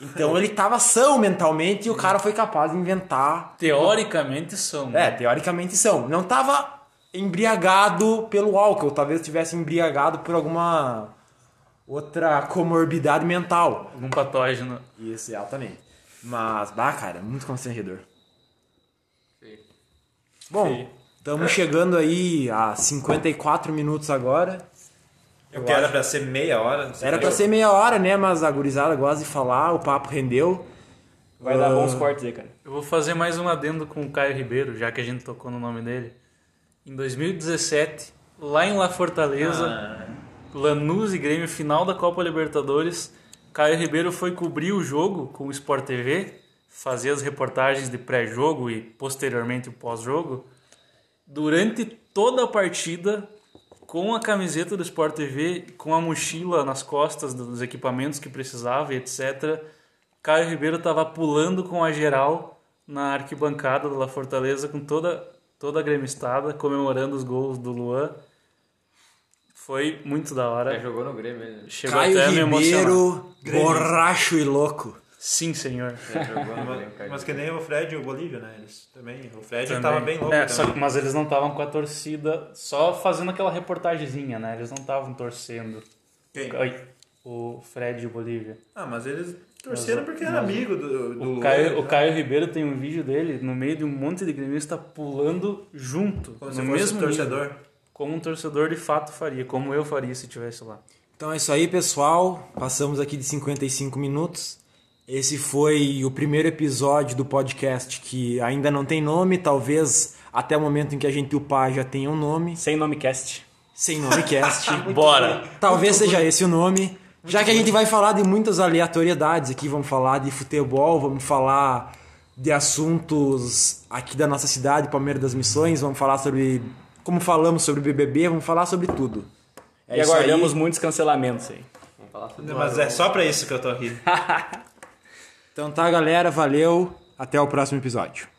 Speaker 2: Então ele tava são mentalmente e o cara foi capaz de inventar,
Speaker 4: Teoricamente são.
Speaker 2: é, teoricamente são, não tava embriagado pelo álcool, talvez tivesse embriagado por alguma outra comorbidade mental.
Speaker 4: Algum patógeno.
Speaker 2: Isso, exatamente. Mas, bah, cara, é muito constrangedor.
Speaker 3: Sim.
Speaker 2: Bom, estamos chegando aí a 54 minutos agora.
Speaker 5: Eu que era pra ser meia hora. não sei
Speaker 2: Era
Speaker 5: o
Speaker 2: pra
Speaker 5: quê.
Speaker 2: ser meia hora, né? Mas a gurizada gosta de falar, o papo rendeu.
Speaker 1: Vai dar bons cortes aí, cara.
Speaker 4: Eu vou fazer mais um adendo com o Caio Ribeiro, já que a gente tocou no nome dele. Em 2017, lá em La Fortaleza, Lanús e Grêmio, final da Copa Libertadores, Caio Ribeiro foi cobrir o jogo com o Sport TV, fazer as reportagens de pré-jogo e posteriormente o pós-jogo, durante toda a partida, com a camiseta do Sport TV, com a mochila nas costas dos equipamentos que precisava e etc., Caio Ribeiro estava pulando com a geral na arquibancada da La Fortaleza, com toda, toda a gremistada, comemorando os gols do Luan. Foi muito da hora.
Speaker 3: Já
Speaker 5: É.
Speaker 3: jogou no Grêmio ele.
Speaker 4: Chegou
Speaker 2: Caio
Speaker 4: até a me emocionar.
Speaker 2: Ribeiro, borracho e louco.
Speaker 4: Sim, senhor.
Speaker 3: Já jogou no Grêmio,
Speaker 5: Mas,
Speaker 3: cara.
Speaker 5: mas que nem o Fred e o Bolívia, né? Eles também. O Fred
Speaker 4: Também.
Speaker 5: tava bem louco.
Speaker 4: É,
Speaker 5: também.
Speaker 4: só que- mas eles não estavam com a torcida, só fazendo aquela reportagemzinha, né? Eles não estavam torcendo.
Speaker 5: Quem?
Speaker 4: Ai, o Fred e o Bolívia.
Speaker 5: Ah, mas eles torceram porque era amigo do, do
Speaker 4: O
Speaker 5: Luan,
Speaker 4: Caio,
Speaker 5: né?
Speaker 4: o Caio Ribeiro tem um vídeo dele no meio de um monte de gremista pulando junto,
Speaker 5: Como
Speaker 4: no
Speaker 5: se fosse
Speaker 4: mesmo nível,
Speaker 5: torcedor.
Speaker 4: como um torcedor de fato faria, como eu faria se estivesse lá.
Speaker 2: Então é isso aí, pessoal. Passamos aqui de 55 minutos. Esse foi o primeiro episódio do podcast que ainda não tem nome. Talvez até o momento em que a gente upar já tenha um nome.
Speaker 1: Sem nome cast.
Speaker 2: Sem nome cast.
Speaker 1: é Bora!
Speaker 2: Talvez seja esse o nome. Já que a gente vai falar de muitas aleatoriedades aqui, vamos falar de futebol, vamos falar de assuntos aqui da nossa cidade, Palmeiras das Missões, vamos falar sobre como falamos sobre BBB, vamos falar sobre tudo. É
Speaker 1: e
Speaker 2: isso aí.
Speaker 1: aguardamos muitos cancelamentos aí.
Speaker 3: Vamos falar sobre
Speaker 5: Não, Mas é só pra isso que eu tô rindo.
Speaker 2: Então tá, galera, valeu, até o próximo episódio.